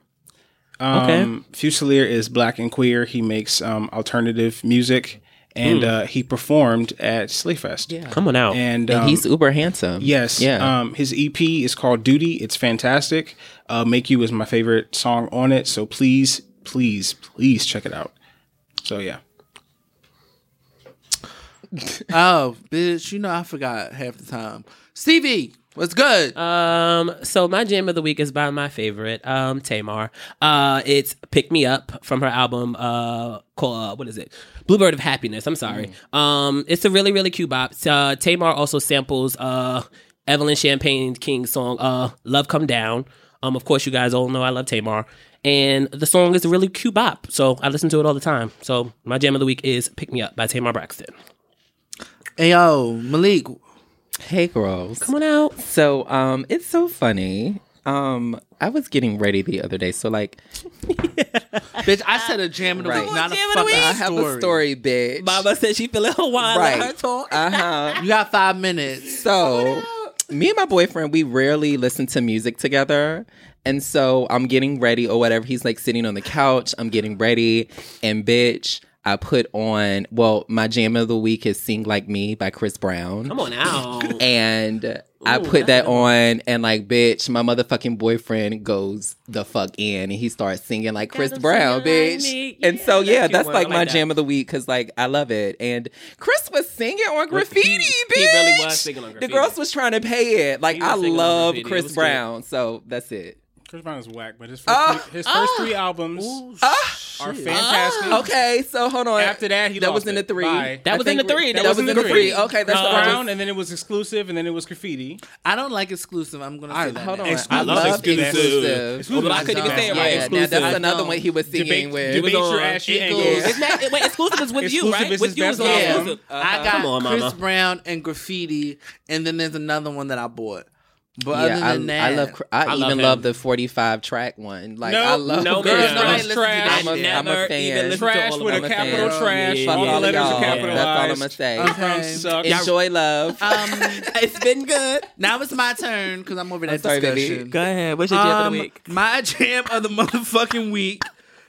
Speaker 5: Um, Fusilier is black and queer. He makes um, alternative music,
Speaker 4: Hmm.
Speaker 5: and uh, he performed at Slayfest. Yeah.
Speaker 8: Come on out.
Speaker 5: And,
Speaker 4: And
Speaker 5: um,
Speaker 4: he's uber handsome.
Speaker 5: Yes.
Speaker 4: Yeah.
Speaker 5: Um, his EP is called Duty. It's fantastic. Uh, Make You is my favorite song on it. So please, please, please check it out. So yeah.
Speaker 6: Oh, bitch, you know I forgot half the time. Stevie, what's good?
Speaker 8: Um, so my jam of the week is by my favorite, um, Tamar. Uh, it's "Pick Me Up" from her album, uh, called uh, what is it? "Bluebird of Happiness." I'm sorry. Um, it's a really really cute bop. Uh, Tamar also samples uh Evelyn Champagne King's song uh "Love Come Down." Um, of course you guys all know I love Tamar, and the song is a really cute bop. So I listen to it all the time. So my jam of the week is "Pick Me Up" by Tamar Braxton.
Speaker 6: hey, yo, Malik.
Speaker 4: Hey, girls.
Speaker 8: Come on out.
Speaker 4: So, um, it's so funny. Um, I was getting ready the other day. So, like,
Speaker 6: Bitch, I said a jam of the
Speaker 4: Right.
Speaker 6: week, not a
Speaker 8: Jam of
Speaker 6: fucking
Speaker 8: the
Speaker 6: story.
Speaker 8: week.
Speaker 4: I have a story, bitch.
Speaker 8: Mama said she feeling Hawaiian. Right.
Speaker 4: Right.
Speaker 8: her talk.
Speaker 4: Uh huh.
Speaker 6: You got five minutes.
Speaker 4: So, me and my boyfriend, we rarely listen to music together. And so I'm getting ready or whatever. He's like sitting on the couch. I'm getting ready. And bitch, I put on, well, my jam of the week is Sing Like Me by Chris Brown.
Speaker 8: Come on out.
Speaker 4: And I put that on, and like, bitch, my motherfucking boyfriend goes the fuck in, and he starts singing like Chris
Speaker 8: him
Speaker 4: Brown,
Speaker 8: singing like
Speaker 4: bitch.
Speaker 8: me.
Speaker 4: and so,
Speaker 8: Yeah,
Speaker 4: yeah,
Speaker 8: that's a cute
Speaker 4: that's
Speaker 8: one.
Speaker 4: like
Speaker 8: I
Speaker 4: my
Speaker 8: like that.
Speaker 4: jam of the week because like I love it. And Chris was singing on graffiti, bitch.
Speaker 8: he really was singing on
Speaker 4: The
Speaker 8: graffiti.
Speaker 4: girls was trying to pay it. Like
Speaker 8: was
Speaker 4: I
Speaker 8: singing on
Speaker 4: love
Speaker 8: graffiti. It
Speaker 4: Chris
Speaker 8: was good.
Speaker 4: Brown, so that's it.
Speaker 5: Chris Brown is whack, but his first,
Speaker 4: Ah,
Speaker 5: three, his first three albums
Speaker 8: Ah!
Speaker 5: are fantastic.
Speaker 4: Okay, so hold on.
Speaker 5: After that, he
Speaker 4: that
Speaker 5: lost
Speaker 4: was in
Speaker 5: it.
Speaker 4: the three.
Speaker 5: Bye.
Speaker 8: That
Speaker 4: I
Speaker 8: was in
Speaker 4: think
Speaker 8: the
Speaker 4: we-
Speaker 8: three.
Speaker 4: That, was in the three. Okay, that's
Speaker 8: No.
Speaker 4: the
Speaker 5: Brown, and then it was exclusive, and then it was graffiti.
Speaker 6: I don't like exclusive. I'm gonna say that.
Speaker 4: Hold on,
Speaker 6: next.
Speaker 4: I
Speaker 5: Exclusive.
Speaker 4: love
Speaker 5: Exclusive.
Speaker 4: exclusive.
Speaker 5: Exclusive
Speaker 8: But I
Speaker 5: is
Speaker 8: couldn't even
Speaker 5: best.
Speaker 8: say it
Speaker 4: Yeah,
Speaker 8: right.
Speaker 4: now
Speaker 8: Exclusive.
Speaker 4: that's another one he was singing
Speaker 5: Debate,
Speaker 4: with.
Speaker 5: debate
Speaker 8: was
Speaker 5: your
Speaker 8: on
Speaker 5: ashy
Speaker 8: Eagles.
Speaker 5: angles.
Speaker 8: It's not, wait, exclusive is with you,
Speaker 5: Exclusive
Speaker 8: right?
Speaker 5: is
Speaker 8: With
Speaker 5: his
Speaker 8: you
Speaker 5: best
Speaker 8: on
Speaker 5: album.
Speaker 8: exclusive.
Speaker 6: I got
Speaker 8: Come on,
Speaker 6: Chris
Speaker 8: mama.
Speaker 6: Brown and graffiti, and then there's another one that I bought. But
Speaker 4: Yeah,
Speaker 6: other
Speaker 4: I,
Speaker 6: than
Speaker 4: I
Speaker 6: that,
Speaker 4: love. Cr- I,
Speaker 8: I love
Speaker 4: even
Speaker 8: him.
Speaker 4: love the forty-five track one. Like
Speaker 5: Nope,
Speaker 4: I love.
Speaker 8: no,
Speaker 4: Chris
Speaker 8: man.
Speaker 4: Brown.
Speaker 8: Nobody
Speaker 6: listened to
Speaker 4: I'm
Speaker 6: that
Speaker 4: a,
Speaker 6: shit.
Speaker 4: I'm a
Speaker 8: Never even
Speaker 4: fan.
Speaker 8: listened
Speaker 5: Trash
Speaker 8: to all
Speaker 5: with
Speaker 8: of
Speaker 5: a
Speaker 8: them.
Speaker 5: capital
Speaker 8: Yeah.
Speaker 5: trash.
Speaker 8: Yeah,
Speaker 4: Fuck
Speaker 5: All
Speaker 8: yeah,
Speaker 5: the
Speaker 4: all of
Speaker 5: letters
Speaker 4: y'all.
Speaker 5: are
Speaker 4: That's all I'm gonna
Speaker 5: capitalized.
Speaker 4: say.
Speaker 8: Uh-huh.
Speaker 6: Okay.
Speaker 5: Brown sucks.
Speaker 4: Enjoy love.
Speaker 6: Um,
Speaker 4: it's been good.
Speaker 6: now it's my turn because I'm over that
Speaker 4: sorry, baby.
Speaker 6: discussion.
Speaker 4: Go
Speaker 8: ahead. What's
Speaker 6: Um, My jam of the motherfucking week.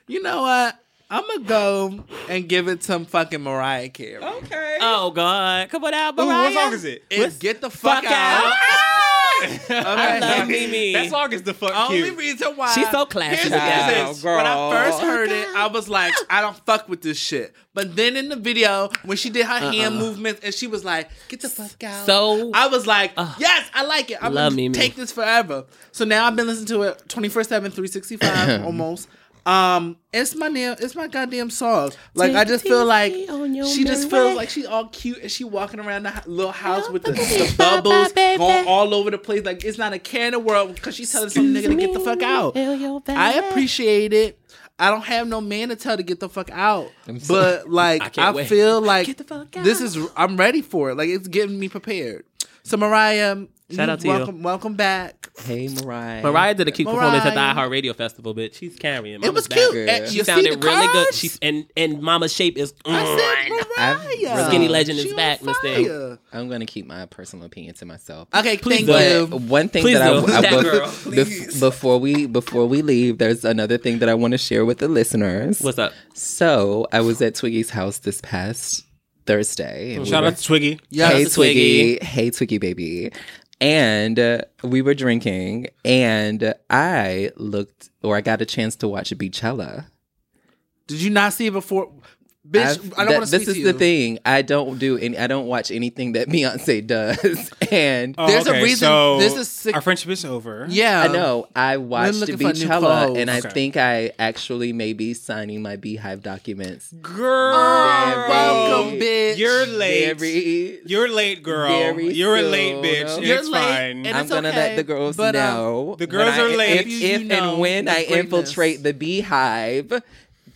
Speaker 6: You know what? I'm gonna go and give it some fucking Mariah Carey.
Speaker 4: Okay.
Speaker 8: Oh God! Come on out,
Speaker 5: Ooh,
Speaker 8: Mariah.
Speaker 5: what song is it?
Speaker 6: It's get the fuck,
Speaker 8: fuck
Speaker 6: out.
Speaker 8: out.
Speaker 6: Okay.
Speaker 8: Love Mimi.
Speaker 5: That song is the fuck
Speaker 6: Only
Speaker 5: cute.
Speaker 6: reason why
Speaker 8: She's so classy.
Speaker 6: Here's
Speaker 8: Wow,
Speaker 6: the thing. When I
Speaker 4: girl.
Speaker 6: first heard it, I was like, I don't fuck with this shit. But then in the video, when she did her hand movements and she was like, get the fuck out.
Speaker 8: Uh-uh. So- uh,
Speaker 6: I was like, yes, I like it. I'm
Speaker 8: Love
Speaker 6: gonna
Speaker 8: me, me.
Speaker 6: take this forever. So now I've been listening to it 24 7, 365 almost. Um, it's my damn, it's my goddamn song. Like I just feel like she just feels like she's all cute and she walking around the ho- little house with the, the bubbles going all over the place. Like it's not a care in the world because she's telling some nigga to get the fuck out. I appreciate it. I don't have no man to tell to get the fuck out, but like
Speaker 8: can't
Speaker 6: I,
Speaker 8: wait.
Speaker 6: feel like this is I'm ready for it. Like it's getting me prepared. So Mariah,
Speaker 8: Shout out to you.
Speaker 6: welcome, welcome back.
Speaker 4: Hey, Mariah.
Speaker 8: Mariah did a cute performance at the
Speaker 6: Mariah.
Speaker 8: iHeart Radio Festival, bitch. She's carrying.
Speaker 6: It was
Speaker 8: Mama's back.
Speaker 6: cute.
Speaker 4: girl.
Speaker 6: And
Speaker 8: She
Speaker 6: you see
Speaker 8: sounded
Speaker 6: the
Speaker 8: really good.
Speaker 6: curves?
Speaker 8: She's and and Mama's shape is. on.
Speaker 6: I
Speaker 4: I've
Speaker 6: said Mariah.
Speaker 8: Skinny Legend is
Speaker 6: She on
Speaker 8: back, Miss Thing.
Speaker 6: fire.
Speaker 4: I'm gonna keep my personal opinion to myself.
Speaker 6: Okay,
Speaker 8: Please
Speaker 6: thank
Speaker 4: But
Speaker 6: you.
Speaker 4: one thing
Speaker 8: Please
Speaker 4: that I,
Speaker 8: do.
Speaker 4: I
Speaker 8: That
Speaker 4: will-
Speaker 8: girl,
Speaker 4: bef- before we before we leave, there's another thing that I want to share with the listeners.
Speaker 8: What's up?
Speaker 4: So I was at Twiggy's house this past Thursday. and we
Speaker 5: Shout
Speaker 4: were-
Speaker 5: out to Twiggy.
Speaker 6: Yeah,
Speaker 4: hey
Speaker 8: that's a Twiggy.
Speaker 4: Twiggy. hey Twiggy baby. And uh, we were drinking, and I looked, or I got a chance to watch Beachella.
Speaker 6: Did you not see it before? Bitch,
Speaker 4: I've-
Speaker 6: I don't
Speaker 4: that-
Speaker 6: want to speak
Speaker 4: This
Speaker 6: to
Speaker 4: is
Speaker 6: you.
Speaker 4: the thing. I don't do any. I don't watch anything that Beyonce does, and
Speaker 5: Oh,
Speaker 6: There's a
Speaker 5: okay,
Speaker 6: reason-
Speaker 5: So
Speaker 6: this is sick-
Speaker 5: Our friendship is over.
Speaker 6: Yeah,
Speaker 4: I know. I watched
Speaker 6: Um, looking for new clothes.
Speaker 4: Beachella, and I
Speaker 5: Okay.
Speaker 4: think I actually may be signing my Beehive documents.
Speaker 5: Girl,
Speaker 4: Very-
Speaker 6: Welcome, bitch.
Speaker 5: You're late.
Speaker 4: Very-
Speaker 5: You're late, girl.
Speaker 4: Very
Speaker 5: You're a
Speaker 4: soon.
Speaker 5: late bitch.
Speaker 4: You're
Speaker 5: it's
Speaker 6: late,
Speaker 5: fine.
Speaker 6: and-
Speaker 4: I'm
Speaker 6: it's
Speaker 4: gonna
Speaker 6: okay,
Speaker 4: let the girls
Speaker 6: but, um,
Speaker 4: know.
Speaker 5: The
Speaker 4: when
Speaker 5: girls
Speaker 4: I-
Speaker 5: are late.
Speaker 4: If,
Speaker 6: You-
Speaker 4: if,
Speaker 6: you know
Speaker 4: and when
Speaker 6: the
Speaker 4: I
Speaker 6: greatness.
Speaker 4: infiltrate the Beehive,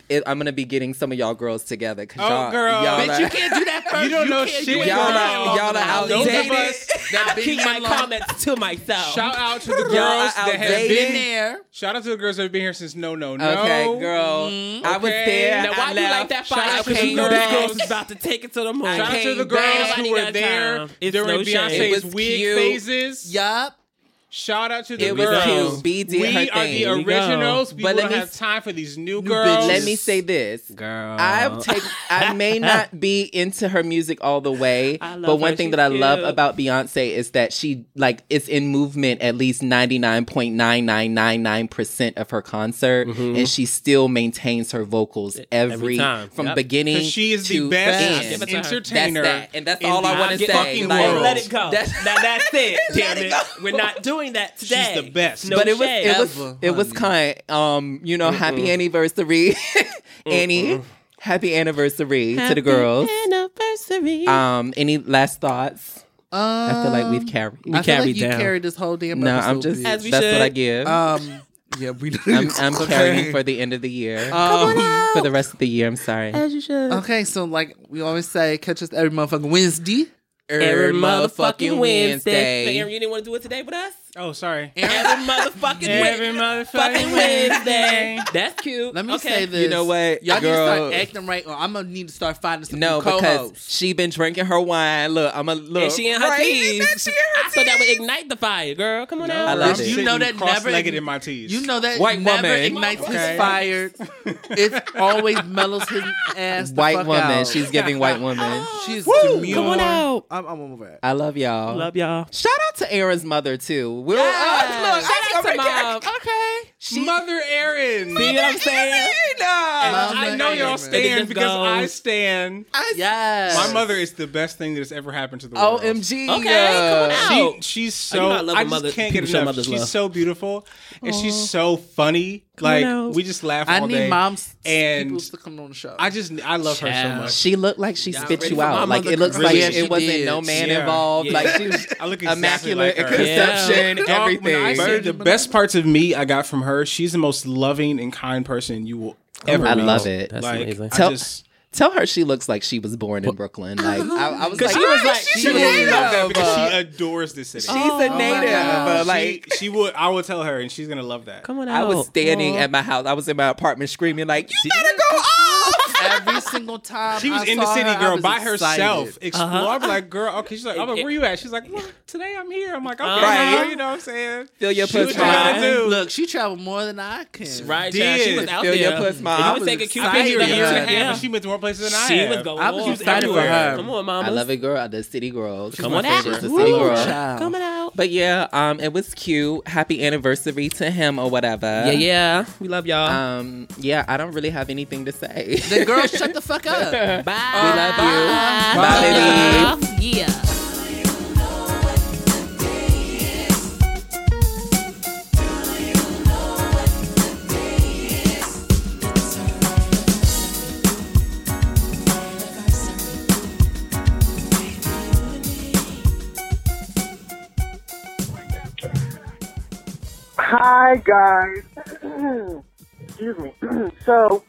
Speaker 4: it, I'm gonna be getting some of y'all girls together. Cause
Speaker 5: Oh,
Speaker 4: y'all,
Speaker 5: girl.
Speaker 4: y'all
Speaker 5: Bitch,
Speaker 4: are,
Speaker 6: Bitch, you can't do that first.
Speaker 5: You don't know
Speaker 6: can't
Speaker 5: shit,
Speaker 6: do it
Speaker 5: girl.
Speaker 6: first.
Speaker 4: Y'all are- y'all are
Speaker 6: Those of
Speaker 4: outdated.
Speaker 6: us That
Speaker 8: Keep my comments to myself.
Speaker 5: Shout out to the girls
Speaker 4: Y'all are
Speaker 5: that have
Speaker 4: outdated.
Speaker 5: been
Speaker 6: in there.
Speaker 5: Shout out to the girls that have been here since no, no, no.
Speaker 4: Okay, girl.
Speaker 6: Mm-hmm.
Speaker 4: I was
Speaker 5: Okay.
Speaker 4: there.
Speaker 8: Now, why
Speaker 4: I
Speaker 8: do you like
Speaker 4: left.
Speaker 8: that
Speaker 5: Shout
Speaker 8: fire?
Speaker 5: out to
Speaker 8: Because
Speaker 5: the
Speaker 8: you know this
Speaker 5: girls.
Speaker 8: girl was about to take it to the moon.
Speaker 5: Shout out to the
Speaker 8: Damn,
Speaker 5: girls
Speaker 8: nobody
Speaker 5: who were
Speaker 8: got
Speaker 5: there
Speaker 8: time. It's
Speaker 5: during
Speaker 8: no shame.
Speaker 4: It
Speaker 5: Beyonce's
Speaker 4: was
Speaker 5: wig
Speaker 4: cute.
Speaker 5: phases.
Speaker 6: Yup.
Speaker 5: Shout out to the
Speaker 4: It was
Speaker 5: girls.
Speaker 4: cute. B did
Speaker 5: we
Speaker 4: her
Speaker 5: are
Speaker 4: thing.
Speaker 5: the originals. We
Speaker 4: But let
Speaker 5: don't
Speaker 4: me-
Speaker 5: have time for these new,
Speaker 6: New
Speaker 5: girls.
Speaker 6: bitches.
Speaker 4: Let me say this.
Speaker 6: Girl.
Speaker 5: Uh.
Speaker 4: I take. I may not be into her music all the way,
Speaker 8: I love
Speaker 4: but one
Speaker 8: her.
Speaker 4: thing
Speaker 8: She's
Speaker 4: that I love
Speaker 8: cute.
Speaker 4: about Beyonce is that she like is in movement at least ninety nine point nine nine nine nine percent of her concert,
Speaker 5: Mm-hmm.
Speaker 4: and she still maintains her vocals every,
Speaker 8: time.
Speaker 4: from
Speaker 8: Yep.
Speaker 4: beginning.
Speaker 5: 'Cause she is
Speaker 4: to
Speaker 5: the best
Speaker 4: end.
Speaker 8: give it to her.
Speaker 4: That's
Speaker 5: entertainer.
Speaker 4: that, and that's
Speaker 5: in
Speaker 4: all I
Speaker 5: the
Speaker 4: want to
Speaker 5: fucking
Speaker 4: say.
Speaker 5: world.
Speaker 8: Like, let it go.
Speaker 4: That's-
Speaker 8: That's, that, that's it. Damn
Speaker 4: Let it
Speaker 8: it.
Speaker 4: go.
Speaker 8: We're not doing that today.
Speaker 5: the best.
Speaker 8: No
Speaker 4: but it was
Speaker 8: shade.
Speaker 4: it was
Speaker 6: Ever,
Speaker 4: it was kind. Um, you know, happy anniversary, Annie. Happy anniversary to the girls.
Speaker 8: Anniversary.
Speaker 4: Um, any last thoughts?
Speaker 6: Um,
Speaker 4: I feel like we've carried.
Speaker 6: I feel like
Speaker 8: carried
Speaker 6: you
Speaker 8: down.
Speaker 6: carried this whole damn
Speaker 4: No,
Speaker 6: episode.
Speaker 4: I'm just.
Speaker 8: As we
Speaker 4: That's what I
Speaker 8: should.
Speaker 4: give.
Speaker 6: Um, yeah, we.
Speaker 4: I'm, I'm
Speaker 6: Okay.
Speaker 4: carrying for the end of the year.
Speaker 6: Um,
Speaker 4: for the rest of the year, I'm sorry.
Speaker 6: Okay, so like we always say, catch us every motherfucking Wednesday.
Speaker 8: Every
Speaker 4: Every
Speaker 8: motherfucking Wednesday. But Aaron, you didn't want to do it today with us?
Speaker 5: Oh, sorry.
Speaker 8: Every motherfucking
Speaker 5: Every
Speaker 8: Wednesday.
Speaker 5: motherfucking
Speaker 8: Fucking Wednesday. That's cute.
Speaker 6: Let me
Speaker 8: okay.
Speaker 6: say this.
Speaker 4: You know what,
Speaker 6: Y'all need to
Speaker 4: girl?
Speaker 6: start acting right, or I'm gonna need to start finding some
Speaker 4: No,
Speaker 6: new co-hosts.
Speaker 4: because she been drinking her wine. Look, I'm a look.
Speaker 8: And she in her
Speaker 4: Right?
Speaker 8: tees.
Speaker 4: She in her
Speaker 8: I thought that would ignite the fire, girl. Come on out.
Speaker 4: I love
Speaker 5: I'm
Speaker 4: it.
Speaker 6: You know
Speaker 5: sitting
Speaker 6: that never-
Speaker 5: cross-legged in my tees.
Speaker 6: you know that
Speaker 4: White
Speaker 6: never
Speaker 4: woman.
Speaker 6: ignites
Speaker 5: Okay.
Speaker 6: his fire. It always mellows his ass. the
Speaker 4: White
Speaker 6: fuck
Speaker 4: woman.
Speaker 6: out. Oh.
Speaker 4: She's giving white woman.
Speaker 6: she's
Speaker 4: Woo!
Speaker 6: demure.
Speaker 4: Come on
Speaker 8: out.
Speaker 6: I'm, I'm over it.
Speaker 4: I love y'all.
Speaker 8: Love y'all.
Speaker 4: Shout out to Aaron's mother too. We'll,
Speaker 8: Yes.
Speaker 4: oh, look,
Speaker 8: Shout
Speaker 4: I
Speaker 8: out
Speaker 4: think
Speaker 8: to
Speaker 4: I'm
Speaker 8: Mom.
Speaker 4: gonna- Okay. She,
Speaker 5: Mother Aaron.
Speaker 8: See what I'm saying?
Speaker 4: Aaron.
Speaker 6: Mama
Speaker 5: I know y'all
Speaker 6: Aaron.
Speaker 5: stand
Speaker 8: just
Speaker 5: because
Speaker 8: goes.
Speaker 5: I stand.
Speaker 6: Yes.
Speaker 5: My mother is the best thing that has ever happened to the world.
Speaker 4: OMG.
Speaker 8: Okay, come on out.
Speaker 4: uh,
Speaker 5: She,
Speaker 8: Oh.
Speaker 5: she's
Speaker 8: Oh,
Speaker 5: so
Speaker 8: you know
Speaker 5: I,
Speaker 8: I love when
Speaker 5: just
Speaker 8: mother-
Speaker 5: can't get
Speaker 8: people show
Speaker 5: enough.
Speaker 8: mothers
Speaker 5: She's
Speaker 8: love.
Speaker 5: so beautiful and she's so funny.
Speaker 8: on
Speaker 5: Like
Speaker 8: out.
Speaker 5: we just laugh
Speaker 6: I
Speaker 5: all
Speaker 6: need
Speaker 5: day.
Speaker 6: moms
Speaker 5: And-
Speaker 6: and people to come on the show.
Speaker 5: I just I love
Speaker 8: Child.
Speaker 5: her so much.
Speaker 4: She looked like she spit
Speaker 8: ready
Speaker 4: you
Speaker 8: for my
Speaker 4: out. Like
Speaker 8: mother
Speaker 4: it looks
Speaker 8: to come
Speaker 4: like
Speaker 6: Yeah,
Speaker 4: it
Speaker 6: she
Speaker 4: wasn't
Speaker 6: did.
Speaker 4: no man
Speaker 5: Yeah.
Speaker 4: involved.
Speaker 8: Yeah.
Speaker 4: Like she was
Speaker 5: I look exactly like
Speaker 4: immaculate in
Speaker 5: her.
Speaker 4: conception,
Speaker 5: Dog, when I
Speaker 4: everything.
Speaker 5: say the best parts of me I got from her. She's the most loving and kind person you will ever.
Speaker 4: I
Speaker 5: meet.
Speaker 4: love it.
Speaker 5: Like,
Speaker 8: That's amazing.
Speaker 5: I
Speaker 4: Tell-
Speaker 5: just-
Speaker 4: Tell her she looks like she was born in Brooklyn. Like I, I was like,
Speaker 8: she was
Speaker 4: "Ah,
Speaker 8: like-
Speaker 4: she's
Speaker 8: she
Speaker 4: a
Speaker 8: was
Speaker 4: native.
Speaker 5: love that because
Speaker 4: uh,
Speaker 5: she adores this city.
Speaker 4: she's a native. uh, like
Speaker 5: she, she would. I will tell her, and she's gonna love that.
Speaker 8: Come on out.
Speaker 4: I was standing at my house. I was in my apartment screaming like, "You better go off!"
Speaker 6: every single time
Speaker 5: She was
Speaker 6: I
Speaker 5: in the
Speaker 6: saw
Speaker 5: city,
Speaker 6: her, I
Speaker 5: girl,
Speaker 6: was
Speaker 5: by
Speaker 6: excited.
Speaker 5: herself. Explore. I'm like, girl, okay. She's like, I'm like, where you at? She's like, well, today I'm here. I'm like, okay,
Speaker 4: Right.
Speaker 5: girl, you know what I'm saying?
Speaker 4: Feel your
Speaker 5: She was
Speaker 4: puss,
Speaker 5: trying
Speaker 4: mom.
Speaker 5: to do.
Speaker 6: Look, she traveled more than I can.
Speaker 8: Right, child. She
Speaker 5: Did.
Speaker 8: was out
Speaker 4: Feel
Speaker 8: there.
Speaker 4: your puss, mom.
Speaker 8: And
Speaker 4: I
Speaker 8: you
Speaker 4: was
Speaker 8: was taking cute
Speaker 6: excited
Speaker 8: pictures
Speaker 5: Year
Speaker 8: of
Speaker 5: and
Speaker 6: for
Speaker 5: a
Speaker 8: her.
Speaker 5: half,
Speaker 8: Yeah.
Speaker 5: and she went to more places than I
Speaker 8: She
Speaker 5: have.
Speaker 8: was going
Speaker 6: I was
Speaker 8: off.
Speaker 6: excited for her.
Speaker 8: Come on, mama.
Speaker 4: I love it, girl. The city girl. She's
Speaker 8: Come
Speaker 4: my
Speaker 8: on out.
Speaker 4: favorite. She's a
Speaker 8: Woo,
Speaker 4: city girl.
Speaker 6: child.
Speaker 8: Coming out.
Speaker 4: But yeah, um, it was cute. Happy anniversary to him or whatever.
Speaker 8: Yeah, yeah. We love y'all.
Speaker 4: Um, yeah, I don't really have anything to say.
Speaker 6: The girl, shut the fuck up.
Speaker 8: Bye.
Speaker 4: we love you. Bye, baby.
Speaker 8: Yeah.
Speaker 2: Hi guys. Excuse me. so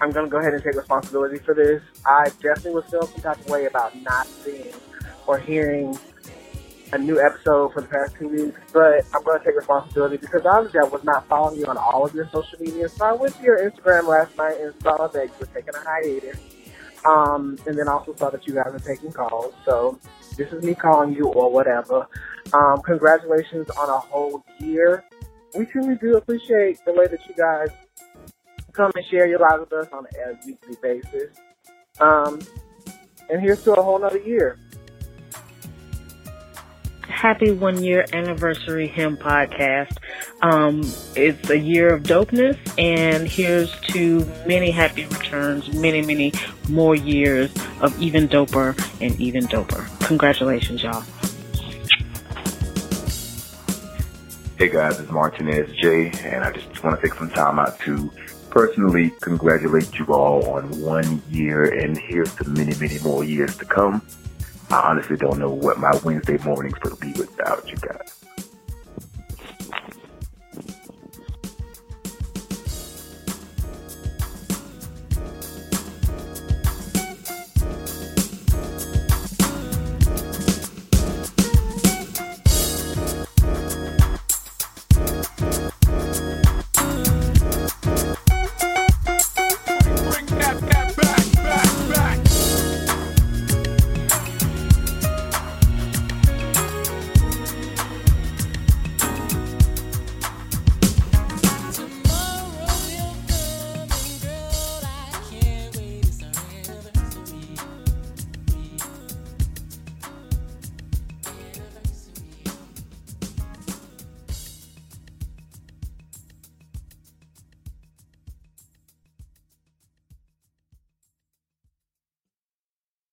Speaker 2: I'm gonna go ahead and take responsibility for this. I definitely was feeling some type of way about not seeing or hearing a new episode for the past two weeks, but I'm gonna take responsibility because honestly I was not following you on all of your social media. So I went to your Instagram last night and saw that you were taking a hiatus. Um, and then also saw that you guys were taking calls. So this is me calling you or whatever. Um, congratulations on a whole year. We truly do appreciate the way that you guys come and share your lives with us on a weekly basis. Um, and here's to a whole nother year.
Speaker 11: happy one year anniversary him podcast um, it's a year of dopeness and here's to many happy returns many many more years of even doper and even doper congratulations y'all
Speaker 10: Hey guys, it's Martinez J, and I just want to take some time out to personally congratulate you all on one year, and here's to many, many more years to come. I honestly don't know what my Wednesday mornings would be without you guys.